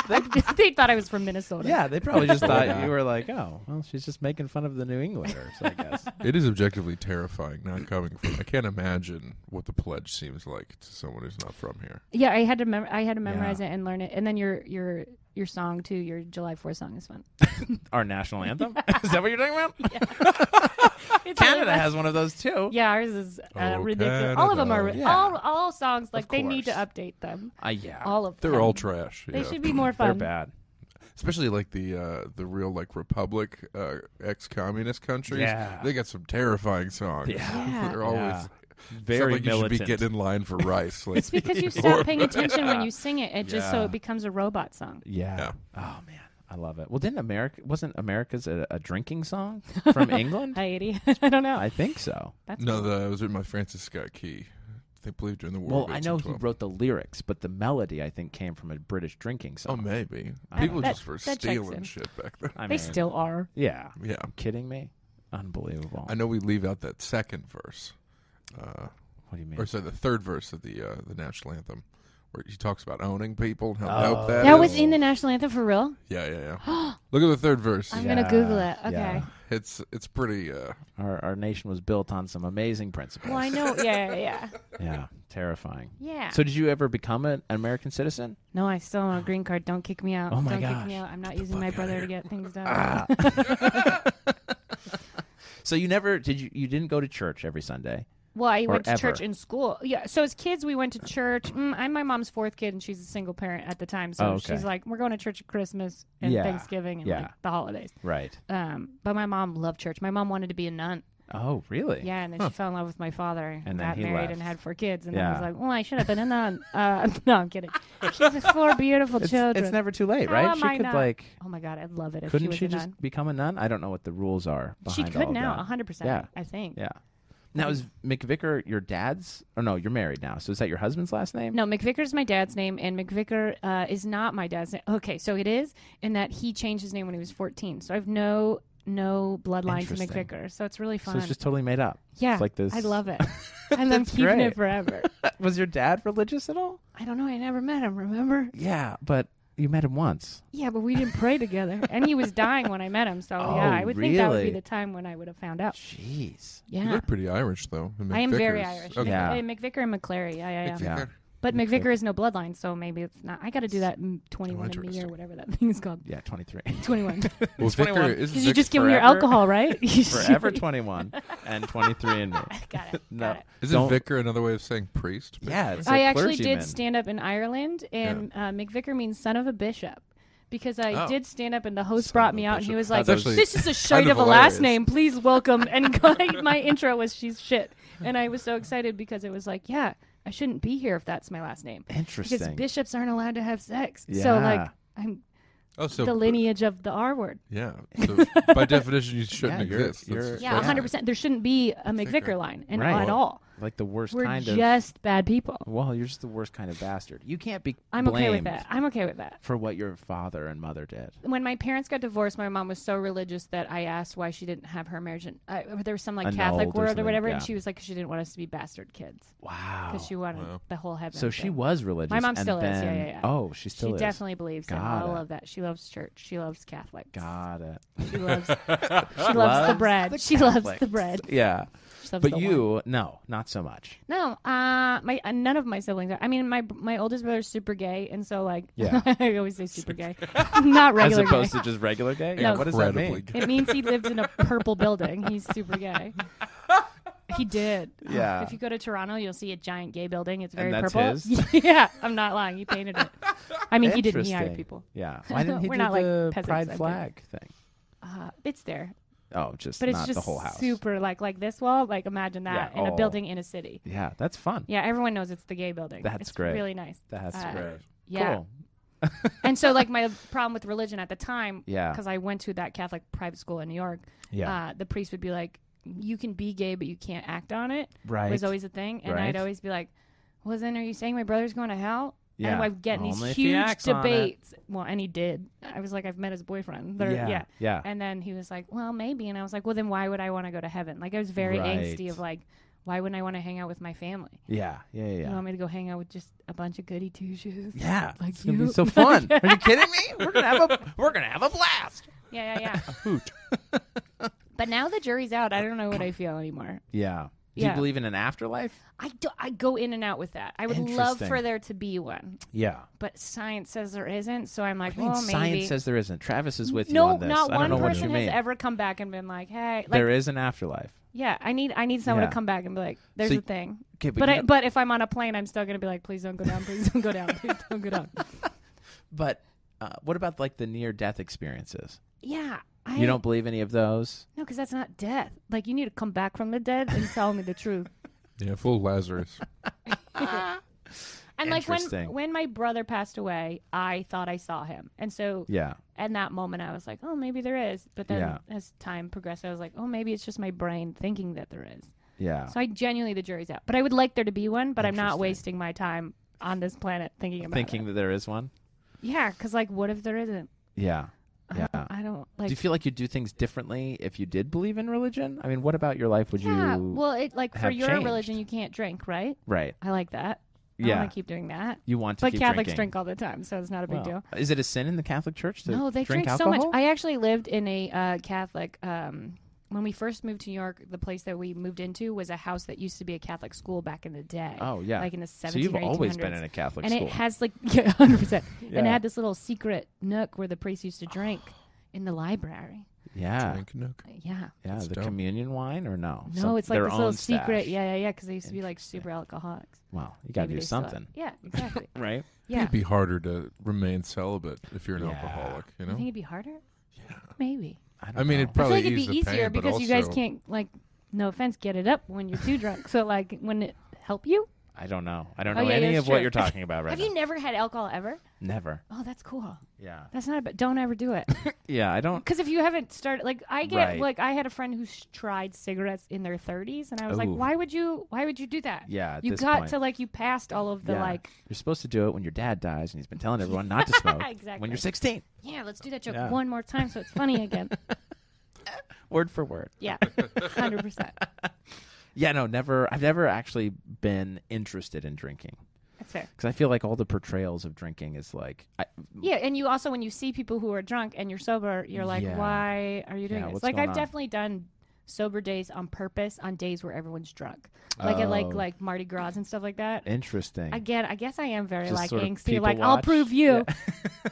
they thought I was from Minnesota. Yeah, they probably just thought you were like, oh, well, she's just making fun of the New Englanders, I guess. It is objectively terrifying not coming from. I can't imagine what the pledge seems like to someone who's not from here. Yeah, I had to mem- I had to memorize Yeah. it and learn it, and then your your your song too, your July Fourth song is fun. Our national anthem? Is that what you're talking about? It's really Canada fun. has one of those too. Yeah, ours is uh, Oh, ridiculous. All of them are Canada. Yeah. all all songs like they need to course. update them. Uh, yeah. All of They're them. all trash. Um, They yeah. should be more They're fun. bad. especially like the uh, the real like republic uh, ex-communist countries. Yeah. they got some terrifying songs. Yeah. they're always Yeah. sounds Very like militant. You should be getting in line for rice. Like, It's because you stop paying attention when you sing it. It just so Yeah. it becomes a robot song. yeah. Yeah. Oh man, I love it. Well, didn't America wasn't America's a, a drinking song from England? Heidi, I don't know. I think so. That's no, the, it was written by Francis Scott Key. They believed during the war. Well, of I know he 1812. wrote the lyrics, but the melody I think came from a British drinking Oh, song. maybe I people don't- just were that checks stealing in. shit back then. I they mean, still are. Yeah. Yeah, Kidding me? Unbelievable. I know we leave out that second verse, uh, What do you mean? or sorry, the third verse of the uh, the national anthem, where he talks about owning people and Oh, how dope that That is. was in the national anthem for real. yeah, yeah, yeah. Look at the third verse. I'm gonna Yeah, Google it. Okay. yeah. It's it's pretty. Uh, Our, our nation was built on some amazing principles. Well, I know. Yeah, yeah, yeah. Yeah, terrifying. Yeah. So, did you ever become an American citizen? no, I still want a green card. Don't kick me out. Oh my Don't gosh. kick me out. I'm not using my brother to get things done. Ah. So you never did you you didn't go to church every Sunday. Well, I went to ever. church in school. Yeah. So as kids, we went to church. Mm, I'm my mom's fourth kid, and she's a single parent at the time. So Oh, okay. she's like, we're going to church at Christmas and Yeah. Thanksgiving and Yeah. like the holidays. Right. Um, but my mom loved church. My mom wanted to be a nun. Oh, really? Yeah, and then she fell in love with my father And and then got he married left. and had four kids. And then I was Yeah. like, well, I should have been a nun. Uh, no, I'm kidding. She has four beautiful It's, children. it's never too late, How right? am she I could not- like oh my God, I'd love it if she couldn't was she a just nun. become a nun? I don't know what the rules are She behind all could of now, uh-huh. that. 100%, Yeah. I think. Yeah. Now is McVicker your dad's? Or no, you're married now. So is that your husband's last name? No, McVicker is my dad's name, and McVicker uh, is not my dad's name. Okay, so it is in that he changed his name when he was 14. So I have no no bloodline to Interesting. McVicker. So it's really fun. So it's just totally made up. yeah, It's like this. I love it. I love That's keeping great. it forever. Was your dad religious at all? I don't know. I never met him. Remember? Yeah, but you met him once. Yeah, but we didn't pray together, and he was dying when I met him. So yeah, Oh, I would think that would be really? the time when I would have found out. Jeez. You Yeah, look pretty Irish though. the I am very McVickers. Irish. Okay. Yeah. Mc- uh, McVicker and McClary. Yeah, yeah, yeah. Yeah. McVicker. But McVicker is no bloodline, so maybe it's not. I got to do that in 21 and me or interesting. whatever that thing's called. Yeah, 23. 21. Well, Vicar 21. is Because you Vic just give them your forever. alcohol, right? You just- Forever 21 and 23 and me. Got it. No. Got it. Isn't Don't- vicar another way of saying priest? Yeah, it's I a actually clergyman. did stand up in Ireland, and uh, McVicker means son of a bishop. Because I Oh. did stand up, and the host Son brought of a me out, and he bishop. was like, That's actually "This is a shite kind of, of a last hilarious. name. Please welcome." And my, my intro was, "She's shit," and I was so excited because it was like, "Yeah, I shouldn't be here if that's my last name." Because Interesting. bishops aren't allowed to have sex, so like Yeah. I'm Oh, so the lineage of the R word. Yeah. So by definition, you shouldn't Yeah, you're- exist. That's- you're- Yeah, that's- 100. percent There shouldn't be a Vicar. McVicker line, and Right. at all. like the worst We're kind of just bad people. Well, you're just the worst kind of bastard. You can't be. I'm blamed okay with that. I'm okay with that. For what your father and mother did. When my parents got divorced, my mom was so religious that I asked why she didn't have her marriage. And, uh, there was some like Catholic Annulled or word or something, whatever, yeah. and she was like, she didn't want us to be bastard kids Wow. because she wanted the whole heaven. so she thing. was religious. My mom and still is. Yeah, then- yeah, yeah. Oh, She she still is. definitely believes in Got all it. of that. She loves church. She loves Catholics. got it. She loves. she loves the bread. she loves the bread. Yeah. She loves But the you, no, not so much. No, uh, my uh, none of my siblings are. I mean, my my oldest brother's super gay, and so like, Yeah. I always say super gay, not regular. As opposed gay. to just regular gay. No. Yeah. What does that Incredibly mean? gay. It means he lived in a purple building. He's super gay. He did. Yeah. If you go to Toronto, you'll see a giant gay building. It's very And that's purple. his? yeah, I'm not lying. He painted it. I mean, he didn't. He hired Interesting. people. Yeah. Why didn't he We're do not like the peasants, I'm pride kidding. flag thing? Uh, it's there, Oh, just but it's not just the whole house. super like like this wall. Like imagine that Yeah, in a oh. building in a city. Yeah, that's fun. Yeah, everyone knows it's the gay building. That's It's great. Really nice. That's Uh, great. Yeah. Cool. and so like my problem with religion at the time Yeah. because i went to that catholic private school in new york Yeah. uh, the priest would be like you can be gay but you can't act on it right. was always a thing and Right. i'd always be like well then are you saying my brother's going to hell Yeah. and i'd get in these Only if he huge acts on it. debates well and he did i was like i've met his boyfriend They're- yeah. yeah Yeah. and then he was like well maybe and i was like well then why would i want to go to heaven like i was very Right. angsty of like why wouldn't i want to hang out with my family Yeah. Yeah. Yeah. you yeah. want me to go hang out with just a bunch of goody two shoes Yeah, Like it's gonna be you. so fun. Are you kidding me? We're gonna have a we're gonna have a blast. Yeah, yeah, yeah. But now the jury's out. I don't know what I feel anymore. Yeah. Do you Yeah. believe in an afterlife? I do, I go in and out with that. I would love Interesting. for there to be one, Yeah. but science says there isn't. So I'm like, I mean, well, maybe. science says there isn't. Travis is with you no, on this. not I don't one know what you person has mean. ever come back and been like, hey, like, there is an afterlife. yeah, I need I need someone Yeah. to come back and be like, there's So a y- thing. Okay, but But you I, know- but if I'm on a plane, I'm still gonna be like, please don't go down, please don't go down, please don't go down. but uh, what about like the near death experiences? Yeah, I you don't believe any of those? no, because that's not death. Like you need to come back from the dead and tell me the truth. Yeah, full Lazarus. And like when Interesting. when my brother passed away, I thought I saw him, and so Yeah. in that moment, I was like, oh, maybe there is. But then Yeah. as time progressed, I was like, oh, maybe it's just my brain thinking that there is. Yeah. So I genuinely the jury's out. But I would like there to be one, but I'm not Interesting. wasting my time on this planet thinking about Thinking it. that there is one? Yeah, because like, what if there isn't? Yeah. I Yeah. don't- I don't like. do you feel like you'd do things differently if you did believe in religion? I mean, what about your life would yeah, you well, it like for have your changed? religion, you can't drink, right? Right. I like that. I Yeah. want to keep doing that. You want to But keep Catholics drinking. drink all the time, so it's not a big Well, deal. Is it a sin in the Catholic Church to No, they drink, drink, so alcohol? much. I actually lived in a uh, Catholic. Um, when we first moved to New York, the place that we moved into was a house that used to be a Catholic school back in the day. Oh, yeah. like in the 1700s. so you've always been in a Catholic and school. it has like yeah, 100%. And Yeah. it had this little secret nook where the priest used to drink in the library. yeah. Drink nook. Yeah. Yeah, That's the dope. communion wine or no? No, Some- it's like their this little own stash. secret. Yeah, yeah, yeah. Because they used to be like super alcoholics. Wow, you got to Maybe do they still are. something, Yeah, exactly. right? yeah. It'd be harder to remain celibate if you're an Yeah. alcoholic, you You think know? it'd be harder? Yeah. Maybe. don't I mean, know. it'd probably I feel like ease it'd be the easier pain, but because you guys also- can't like no offense get it up when you're too drunk. So like when it help you? I don't know. I don't Oh, know yeah, any that's of what true. you're talking about right Have now. you never had alcohol ever? Never. Oh, that's cool. Yeah. That's not a bad. Don't ever do it. Yeah, I don't. Because if you haven't started, like I get, Right. like I had a friend who sh- tried cigarettes in their 30s, and I was like, Ooh. why would you? Why would you do that? Yeah, at you this got point. to like you passed all of the yeah. like. you're supposed to do it when your dad dies, and he's been telling everyone not to smoke when Exactly. you're 16. Yeah, let's do that joke Yeah. one more time so it's funny again. Word for word. yeah, hundred percent. Yeah, no, never. I've never actually been interested in drinking That's fair. because I feel like all the portrayals of drinking is like, I, Yeah, and you also when you see people who are drunk and you're sober, you're like, Yeah. why are you doing Yeah, this? what's Like going I've on? definitely done sober days on purpose on days where everyone's drunk, like at like Oh. like Mardi Gras and stuff like that. interesting. Again, I guess I am very Just like sort of angsty. people Like I'll watch. prove you. Yeah.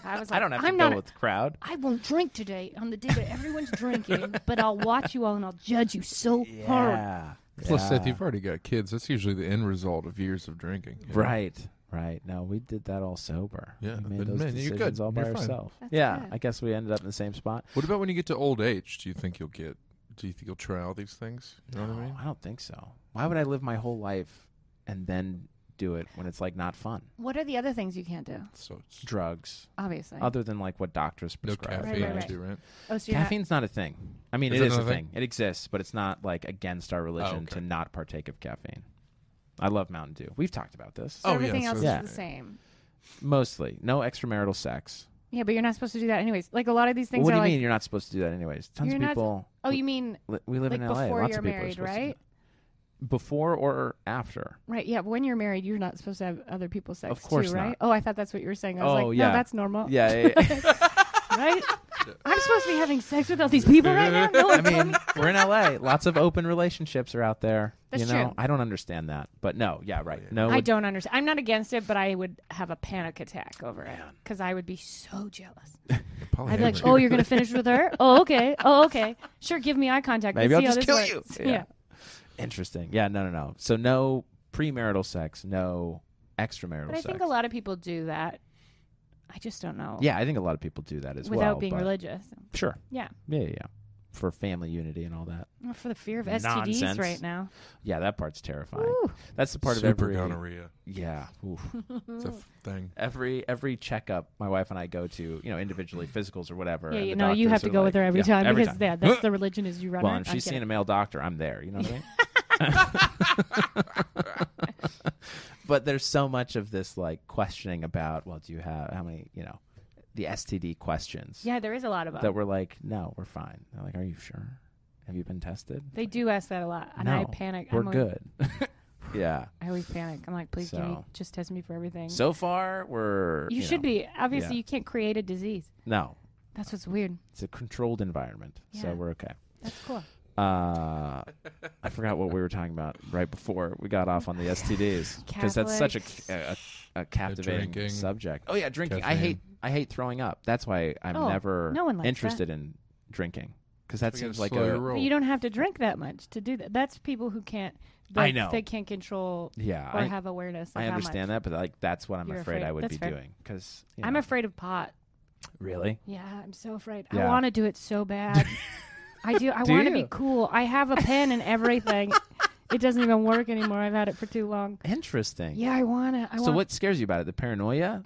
I was I like, don't have I'm to not. go with the crowd. I won't drink today on the day that everyone's drinking, but I'll watch you all and I'll judge you so hard. Yeah. Plus, Seth, Yeah. you've already got kids. That's usually the end result of years of drinking. you know? Right, right. No, we did that all sober. Yeah, we made but those man, you're decisions good. all by You're fine. ourselves. That's Yeah, good. I guess we ended up in the same spot. What about when you get to old age? Do you think you'll get? Do you think you'll try all these things? You know what I No, mean? I don't think so. Why would I live my whole life and then do it when it's like not fun? What are the other things you can't do? So it's Drugs, Obviously. other than like what doctors no prescribe. caffeine, Right, right, too, right? oh, so you're not- Caffeine's not a thing. I mean, Is it it is a not a Oh, thing. It exists, but it's not like against our religion okay. to not partake of caffeine. I love Mountain Dew. We've talked about this so Oh, yeah, everything so else it's- is the same. mostly. No extramarital sex. Yeah, but you're not supposed to do that anyways. Like a lot of these Well, things what are do you like. mean you're not supposed to do that? Anyways, tons You're of not- people. Oh, you mean li- we live like in LA. before Lots you're of people are married, supposed to do right? that. Before or after? Right. Yeah. But when you're married, you're not supposed to have other people's sex. Of course too, right? not. Oh, I thought that's what you were saying. I was Oh, like, yeah. no, that's normal. Yeah, yeah, yeah. Right. I'm supposed to be having sex with all these people right now. No I one told me. mean, we're in LA. Lots of open relationships are out there. That's you know, true. I don't understand that, but no, yeah, right. No, I would- don't understand. I'm not against it, but I would have a panic attack over it because I would be so jealous. I'd be like, Polyamory. "Oh, you're gonna finish with her? Oh, okay. Oh, okay. Sure, give me eye contact. Maybe Let's I'll see just how kill this you. works." Yeah. interesting. Yeah, no, no, no. So no premarital sex, no extramarital but I sex. think a lot of people do that. I just don't know. yeah, I think a lot of people do that as without well. being but- religious. Sure. Yeah, Yeah, yeah, yeah. For family unity and all that. Well, for the fear of STDs Nonsense. right now. Yeah, that part's terrifying. Woo. That's the part Super of every Mm. gonorrhea. yeah. Oof. It's a f- thing. every every checkup my wife and I go to, you know, individually physicals or whatever. Yeah, and you the know, you have doctors to are go like- with her every Yeah, time every because yeah, that's the religion is you run. Well, on- and if I'm she's kidding. seeing a male doctor, I'm there. You know what I mean? but there's so much of this like questioning about, well, do you have how many, you know, the STD questions Yeah, there is a lot of that them. we're like, no, we're fine. They're like, are you sure? Have you been tested? They do ask that a lot, and I No, panic. we're I'm always- good. yeah. I always panic. I'm like, please, give me, So- just test me for everything. So far, we're you should know, be obviously yeah. you can't create a disease. no. That's what's weird. It's a controlled environment, so Yeah. we're okay. That's cool. Uh, I forgot what we were talking about right before we got off on the STDs because that's such a, Catholics. a, a captivating drinking. subject. Oh yeah, drinking. I Caffeine. hate I hate throwing up. That's why I'm Oh, never no one likes that. interested in drinking because that We gotta seems like slow your a roll. But you don't have to drink that much to do that. That's people who can't. I like, know. they can't control yeah. or I, have awareness. Of I how much. understand that, but like that's what I'm You're afraid, afraid. I would That's be fair. doing because I'm afraid of pot. really Yeah, I'm so afraid. I Yeah. want to do it so bad. I do. I Do want to be you? cool. I have a pen and everything. it doesn't even work anymore. I've had it for too long. interesting. Yeah, I want to. I So wanna, what scares you about it? The paranoia?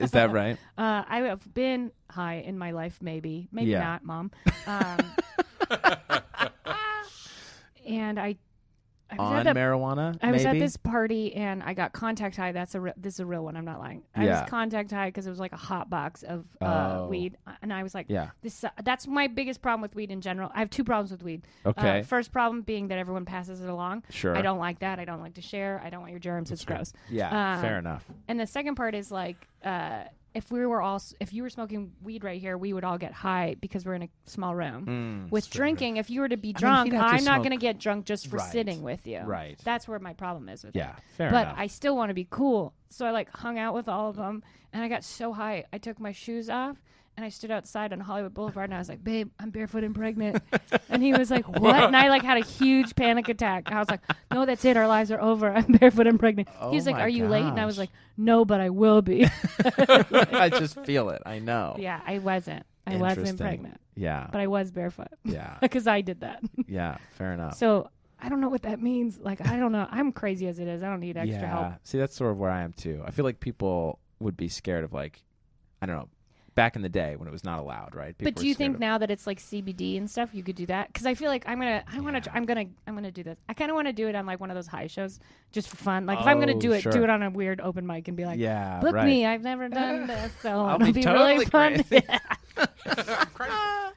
Is that right? Uh, I have been high in my life, maybe, maybe Yeah. not, mom. Um, and I, I was on at the- marijuana. I was maybe? at this party and I got contact high. That's a re- this is a real one. I'm not lying. I Yeah. was contact high because it was like a hot box of uh, Oh. weed, and I was like, Yeah. this. uh, that's my biggest problem with weed in general. I have two problems with weed. Okay. Uh, first problem being that everyone passes it along. Sure. I don't like that. I don't like to share. I don't want your germs. it's gross. Yeah, Um, fair enough. And the second part is like, uh, if we were all, s- if you were smoking weed right here, we would all get high because we're in a small Mm, room. With drinking, if you were to be drunk, he'd have to I'm not smoke- going to get drunk just for Right. sitting with you. Right. That's where my problem is with Yeah, it. fair but enough. I still want to be cool, so I like hung out with all of them, and I got so high, I took my shoes off. And I stood outside on Hollywood Boulevard and I was like, babe, I'm barefoot and pregnant. and he was like, what? And I like had a huge panic attack. I was like, no, that's it. Our lives are over. I'm barefoot and pregnant. Oh he was like, my are you late? And I was gosh. like, no, but I will be. I just feel it. I know. yeah, I wasn't. I Interesting. wasn't pregnant, Yeah. but I was barefoot yeah. because I did that. Yeah. Fair enough. so I don't know what that means. Like, I don't know. I'm crazy as it is. I don't need extra yeah. help. See, that's sort of where I am too. I feel like people would be scared of like, I don't know, back in the day when it was not allowed, right? People but were do you scared think of- now that it's like CBD and stuff, you could do that? Because I feel like I'm gonna, I want to, I'm gonna, I'm gonna do this. I kind of want to do it on like one of those high shows just for fun. Like if I'm gonna Oh, do it, sure. do it on a weird open mic and be like, Yeah. look right. me, I've never done this, so I'll it'll be be, totally really fun. crazy.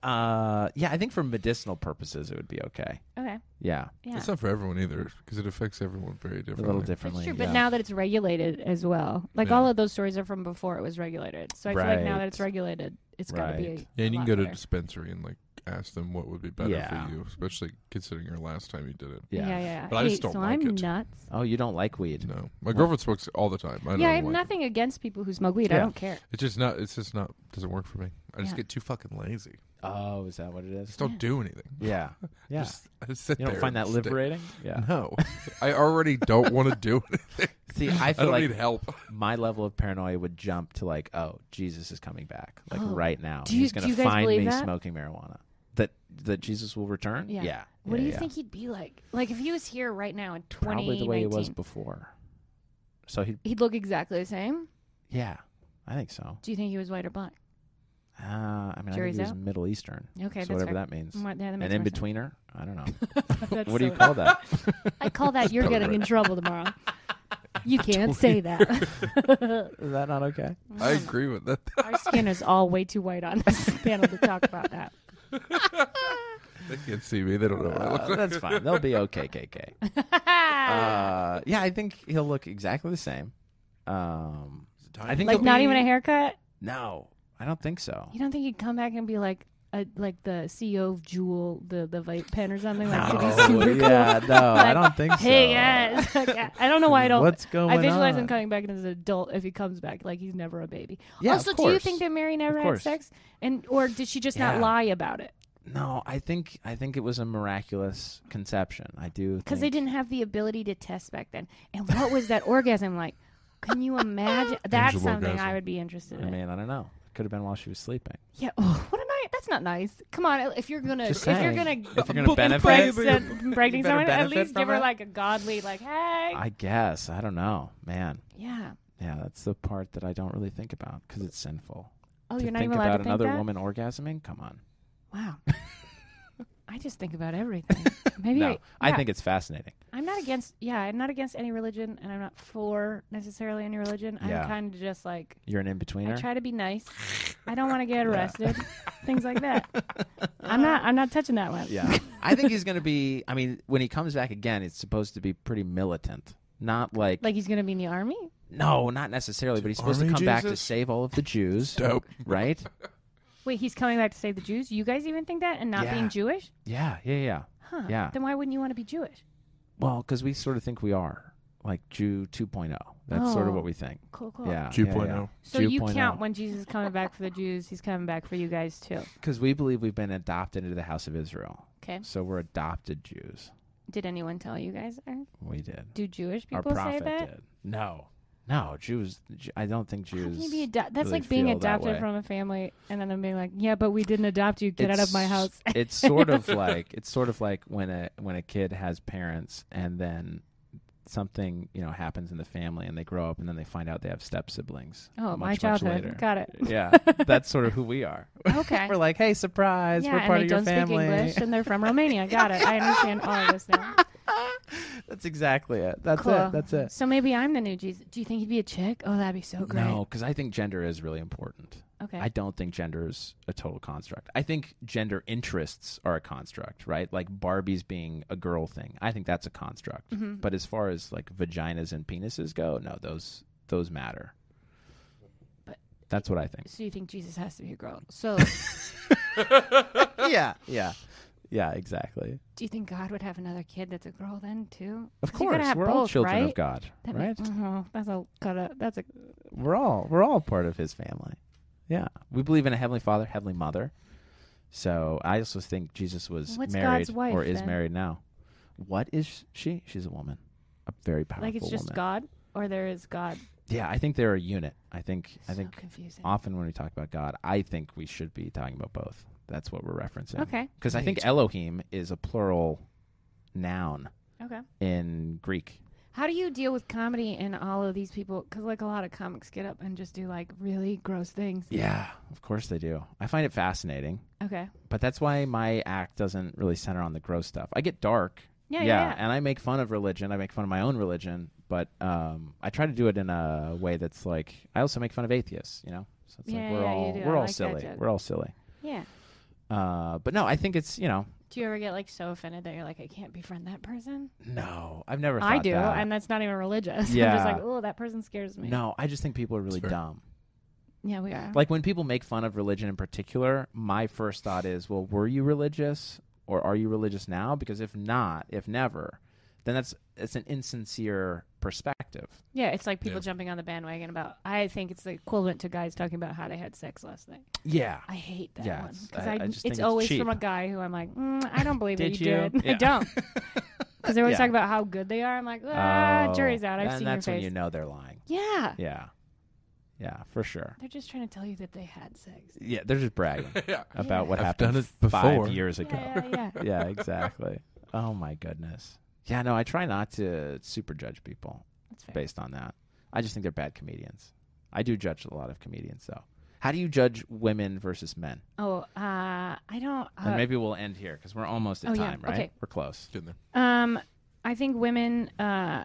Uh, yeah. I think for medicinal purposes, it would be okay. okay, Yeah. yeah. It's not for everyone either because it affects everyone very A differently. little That's differently. true, but yeah. now that it's regulated as well, like Yeah. all of those stories are from before it was regulated. So I feel like now that it's Right. regulated, it's got to be. Right. A, Yeah, and a you can lot go to a better. dispensary and like ask them what would be better Yeah. for you, especially considering your last time you did it. Yeah. yeah, yeah. But I Hey, just don't so like I'm it. nuts. Oh, you don't like weed. No, my girlfriend smokes all the time. I don't yeah, I have like it. nothing against people who smoke weed. I Yeah. don't care. It's just not. It's just not. Doesn't work for me. I just Yeah. get too fucking lazy. Oh, is that what it I is? just don't do anything. Yeah. Yeah. Just, I just sit you don't there find and that stare. liberating? Yeah. No, I already don't want to do it. See, I I feel don't like need help. my level of paranoia would jump to like, oh, Jesus is coming back, like Oh. right now. Do He's you- do going to you guys find believe me that? smoking marijuana. That that Jesus will return. Yeah. yeah. What do Yeah, you yeah. think he'd be like? Like if he was here right now in 2019, Probably the way he was before. So he, he'd look exactly the same. yeah, I think so. Do you think he was white or black? Uh, I mean, Jury's I think he was out. Middle Eastern. Okay, so that's whatever fair. that means. What- yeah, that An makes in more sense. betweener? I don't know. That's what do you so- call that? I call that you're getting in trouble tomorrow. You can't say that. Is that not okay? I agree with that. Our skin is all way too white on this panel to talk about that. they can't see me. They don't know what I look Uh, that's fine. They'll be okay, KK. uh, yeah, I think he'll look exactly the same. Um, I think like he'll not be- even a haircut. No, I don't think so. You don't think he'd come back and be like, uh, like the CEO of Jewel, the the vape pen or something? Like, it'd be super cool. yeah, no, I Like, don't think so. Hey guys, Like, I- I don't know why I don't. What's going I visualize on? him coming back as an adult if he comes back, like he's never a baby. Yeah, also, of do you course. think that Mary never Of had course. sex, and or did she just Yeah. not lie about it? No, I think I think it was a miraculous conception. I do Because they think- didn't have the ability to test back then. And what was that orgasm like? Can you imagine? That's Angel something orgasm. I would be interested in. I mean, I don't know. Could have been while she was sleeping. yeah. Oh, what a night. That's not nice. Come on. If you're gonna, Just if you're saying. gonna, If you're gonna benefit- pregnant, pregnant better someone, at benefit least from give her it. like a godly, like, hey. I guess I don't know, man. yeah. Yeah, that's the part that I don't really think about because it's sinful. Oh, to you're not think even allowed about to think another that? woman orgasming. Come on. Wow. I just think about everything. Maybe no, I, I yeah, think it's fascinating. I'm not against. Yeah, I'm not against any religion, and I'm not for necessarily any religion. Yeah. I'm kind of just like You're an I in-betweener. try to be nice. I don't want to get arrested. Things like that. I'm not. I'm not touching that one. Yeah. I think he's going to be, I mean, when he comes back again, it's supposed to be pretty militant. Not like, Like he's gonna be in the army. no, not necessarily, but he's supposed to Army come back to Jesus? save all of the Jews. Dope. Right? Wait, he's coming back to save the Jews. You guys even think that, and not Yeah. being Jewish? Yeah, yeah, yeah. Huh. Yeah. Then why wouldn't you want to be Jewish? Well, because we sort of think we are like Jew 2.0. That's sort of Oh. what we think. Cool, cool. Yeah. oh. Jew 2.0. So you count when Jesus is coming back for the Jews, he's coming back for you guys too. Because we believe we've been adopted into the house of Israel. Okay. So we're adopted Jews. Did anyone tell you guys that? We did. Do Jewish Our people say prophet that? did. No. No, Jews. Ju- I don't think How Jews. can you be ado- that's really like being feel that adopted way. from a family and then them being like, yeah, but we didn't adopt you. Get out of my It's- house. it's sort of like it's sort of like when a when a kid has parents and then something you know happens in the family and they grow up and then they find out they have step siblings. oh, much, my much childhood. later. Got it. Yeah, that's sort of who we are. Okay. We're like, hey, surprise, yeah, we're and part they of your don't family. speak English and they're from Romania. Got it. I understand all of this now. That's exactly it. That's Cool. it. That's it. So maybe I'm the new Jesus. Do you think he'd be a chick? Oh, that'd be so great. No, because I think gender is really important. Okay. I don't think gender is a total construct. I think gender interests are a construct, right? Like Barbie's being a girl thing. I think that's a construct. Mm-hmm. But as far as like vaginas and penises go, no, those those matter. But- That's what I think. so you think Jesus has to be a girl? So yeah, yeah, yeah. Exactly. do you think God would have another kid that's a girl then too? Of 'Cause you gotta course, have we're all both, children right? of God, That ma- right? Mhm. that's a gotta, that's a We're all we're all part of His family. Yeah, we believe in a heavenly Father, heavenly Mother. So I also think Jesus was What's married God's wife, or is then? married now. What is she? She's a woman, a very powerful like it's just woman. God or there is God. Yeah, I think they're a unit. I think I so think confusing. often when we talk about God, I think we should be talking about both. That's what we're referencing. Okay. Because I think Elohim is a plural noun Okay. in Greek. How do you deal with comedy and all of these people? Because like a lot of comics get up and just do like really gross things. Yeah, of course they do. I find it fascinating. Okay. but that's why my act doesn't really center on the gross stuff. I get dark. Yeah, yeah, yeah. and I make fun of religion. I make fun of my own religion, but um, I try to do it in a way that's like I also make fun of atheists. You know, so it's Yeah, like we're yeah, you all do. I we're all like that silly. joke. We're all silly. Yeah. Uh, but no, I think it's you know Do you ever get like so offended that you're like, I can't befriend that person? no, I've never. I thought do, that. and that's not even religious. I'm Yeah. just like, oh, that person scares me. no, I just think people are really Sure. dumb. Yeah, we are. Like when people make fun of religion in particular, my first thought is, well, were you religious or are you religious now? Because if not, if never, then that's it's an insincere perspective. yeah, it's like people Yeah. jumping on the bandwagon about. I think it's the equivalent to guys talking about how they had sex last night. Yeah. I hate that Yeah, one it's- because I- I, I just it's, think it's always cheap. from a guy who I'm like, mm, I don't believe that Did you, you? did. Yeah. I don't because they always Yeah. talk about how good they are. I'm like, ah, Oh, jury's out. I've and seen your that's when face. you know they're lying. Yeah. Yeah. Yeah, for sure. they're just trying to tell you that they had sex. Yeah, they're just bragging yeah. about what I've happened done it five before. years ago. Yeah, yeah, yeah. yeah, exactly. Oh my goodness. Yeah, no, I try not to super judge people That's fair. based on that. I just think they're bad comedians. I do judge a lot of comedians though. How do you judge women versus men? Oh, uh, I don't. and Uh, maybe we'll end here because we're almost at oh, yeah, time, right? okay. We're close. Getting there. um, I think women. Uh,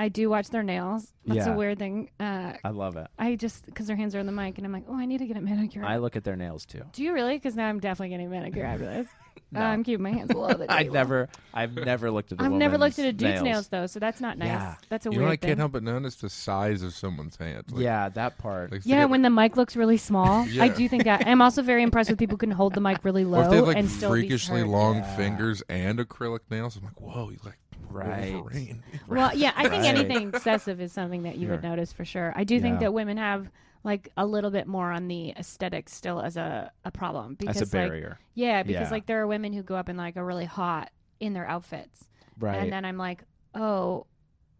I do watch their nails. That's Yeah. a weird thing. Uh, I love it. I just because their hands are in the mic, and I'm like, oh, I need to get a manicure. I look at their nails too. do you really? Because now I'm definitely getting a manicure after this. No. Uh, I'm keeping my hands below the I table. never, I've never looked at. A I've never looked at a woman's dude's nails. though, so that's not nice. Yeah. That's a You know weird what I can't thing. help but notice the size of someone's hand. Like, yeah, that part. like, if they yeah, get- when the mic looks really small, Yeah. I do think that. I'm also very impressed with people who can hold the mic really low or if they have like and still freakishly be heard. long Yeah. fingers and acrylic nails, I'm like, whoa, you like Right. Wolverine. Well, yeah, I think Right. anything excessive is something that you would Sure. notice for sure. I do think Yeah. that women have like a little bit more on the aesthetics still as a, a problem because That's a like barrier, yeah, because Yeah. like there are women who go up in like are really hot in their outfits, right? and then I'm like, oh,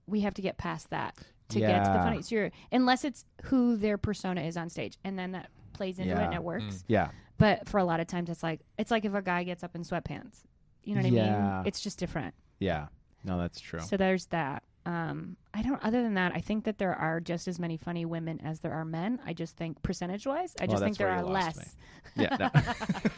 we have to get past that to get to the Yeah. funny. So you're, unless it's who their persona is on stage, and then that plays into it and Yeah. Mm. it works. yeah, But for a lot of times, it's like it's like if a guy gets up in sweatpants, you know what I Yeah. mean? It's just different. yeah. No, that's true. So there's that. Um, I don't. Other than that, I think that there are just as many funny women as there are men. I just think percentage wise, I Well, just that's think there where are you lost less. yeah. no.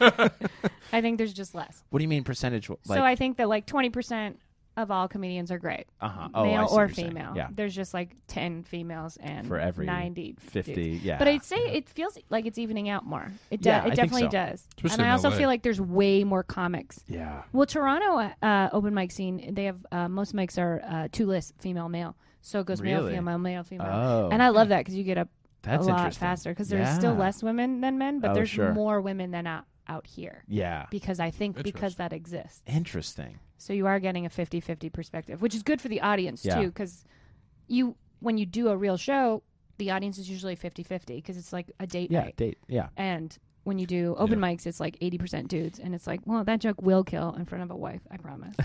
I think there's just less. what do you mean percentage? Like, so I think that like 20% of all comedians are great, uh-huh. oh, I male see or what you're saying. female. Yeah, There's just like 10 females and For every 90 fifty. dudes. Yeah, But I'd say it feels like it's evening out more. It, do- Yeah, I it think definitely so. does. Especially and I in also LA. feel like there's way more comics. yeah, Well, Toronto uh, open mic scene, they have uh, most mics are uh, two lists, female, male. So it goes male, Really? female, male, female. Oh. and I love that because you get up that's a lot interesting. faster because there's still Yeah. less women than men, but Oh, there's sure. more women than out, out here Yeah, because I think because Interesting. that exists. interesting. So you are getting a 50-50 perspective, which is good for the audience Yeah. too cuz you when you do a real show, the audience is usually 50-50 cuz it's like a date Yeah, night. date. Yeah, And when you do open mics, it's like 80% dudes and it's like, "Well, that joke will kill in front of a wife, I promise."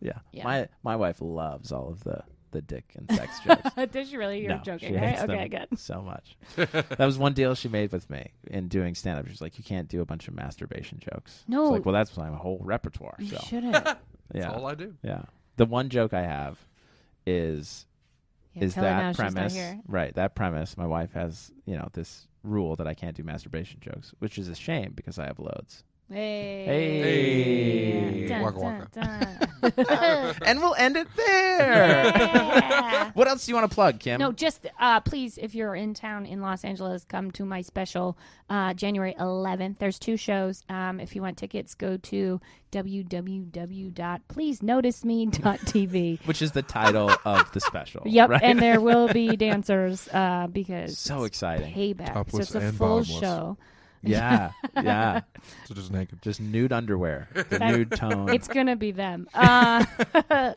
yeah, Yeah. My my wife loves all of the the dick and sex jokes. Does she really? You're No, joking, she right? hates them Okay, good. so much. that was one deal she made with me in doing stand up. She's like, you can't do a bunch of masturbation jokes. No. It's like, well, that's my whole repertoire. You so shouldn't. yeah, That's all I do. Yeah. The one joke I have is Yeah, is tell her now that she's not premise here. right? That premise. My wife has you know this rule that I can't do masturbation jokes, which is a shame because I have loads. Hey. Hey. Dun, Waka waka. dun, dun. and we'll end it there. Yeah. what else do you want to plug, Kim? No, just uh, please, if you're in town in Los Angeles, come to my special uh, January 11th. There's two shows. Um, if you want tickets, go to www.pleasenoticeme.tv. Which is the title of the special. yep, right? and there will be dancers uh, because so exciting. payback. so Topless it's a and full bottomless. show. Yeah, yeah. So just naked. Just nude underwear, the That- nude tone. It's gonna be them. Uh,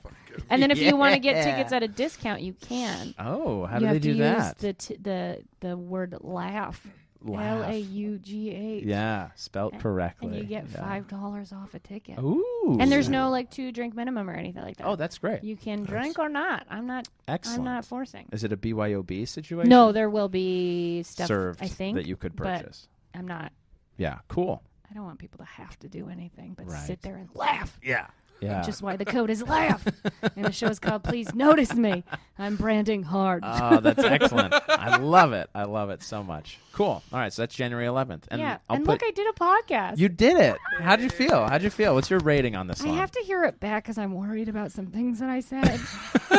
and then if you want to get Yeah. tickets at a discount, you can. oh, how you do have they do to that? Use the t- the the word laugh. L Laugh. a u g h. Yeah, spelt correctly. And you get Yeah. five dollars off a ticket. Ooh. And there's no like two drink minimum or anything like that. Oh, that's great. you can drink or not. I'm not. Excellent. I'm not forcing. Is it a BYOB situation? No, there will be stuff. served I think that you could but- purchase. I'm not. Yeah, cool. I don't want people to have to do anything but Right. sit there and laugh. Yeah. Yeah. Which is why the code is laugh. and the show is called Please Notice Me. I'm branding hard. Oh, that's excellent. I love it. I love it so much. Cool. All right, so that's January 11th. And yeah. I'll and put look, I did a podcast. You did it. How'd you feel? How'd you feel? What's your rating on this I one? have to hear it back because I'm worried about some things that I said,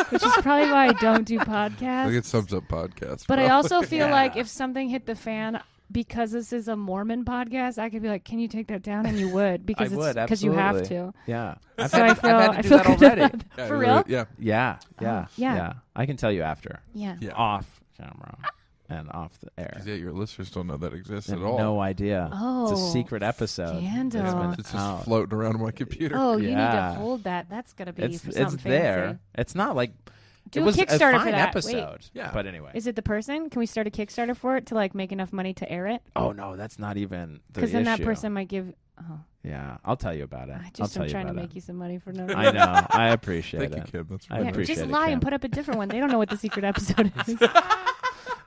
which is probably why I don't do I think podcasts. it sums up podcasts. But I bro. also feel like if something hit the fan, because this is a Mormon podcast, I could be like, "Can you take that down?" And you would I because it's would because you have absolutely. to. Yeah. I've So had, I to- feel I've had to I do feel that good about already. that. Yeah, For you real? really- yeah. Yeah. Yeah. yeah. I can tell you after. Yeah. Yeah. Off camera and off the air. 'Cause, Yeah, your listeners don't know that exists They at have all. No idea. it's a Oh, secret episode. scandal. It's been It's just out. floating around my computer. Oh, you need Yeah. to hold that. That's gonna be it's for it's something there. fancy. It's not like Do it a was Kickstarter a for fine that. Wait. episode. Yeah. But anyway. Is it the person? Can we start a Kickstarter for it to like make enough money to air it? oh no, that's not even the Because then that issue. person might give. Oh, Yeah, I'll tell you about it. I will just tell am you trying to about make you some money for no. it. I know. I appreciate Thank it. you, Kim. That's I really Yeah, nice. appreciate just it, lie Kim. and put up a different one. They don't know what the secret episode is.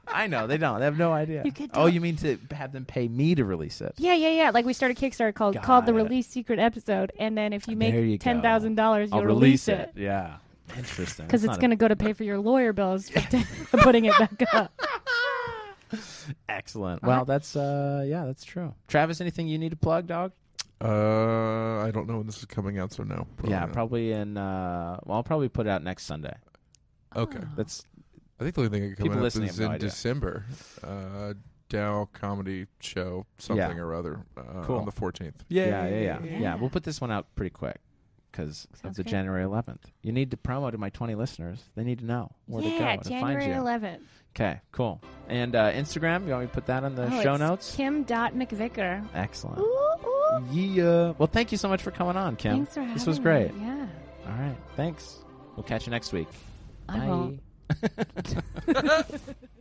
I know they don't. They have no idea. You could do oh, it. you mean to have them pay me to release it? yeah, yeah, yeah. Like we started Kickstarter called Got called the it. release secret episode, and then if you make There you go. ten thousand dollars, I'll you'll release it Yeah. Interesting. because That's it's not going to go to pay for your lawyer bills for t- for putting it back up. a- excellent. Well, that's uh, yeah, that's true. Travis, anything you need to plug, dog? Uh, I don't know when this is coming out, so no. yeah, not. probably in. Uh, well, I'll probably put it out next Sunday. Okay. That's I think the only thing I can People come up listening is have no in idea. December. Uh, Dow comedy show, something or other, uh, Cool. on the 14th. yeah, yeah, yeah, yeah, Yeah. We'll put this one out pretty quick because of Sounds the great. January 11th. You need to promo to my 20 listeners. They need to know where to go yeah, and to January find you. eleventh. Okay, cool. And uh, Instagram, you want me to put that on the oh, show it's notes? Kim dot McVicker. Excellent. Ooh, ooh. Yeah. Well, thank you so much for coming on, Kim. Thanks for having This was me. great. Yeah, All right. Thanks. We'll catch you next week. I Bye. won't.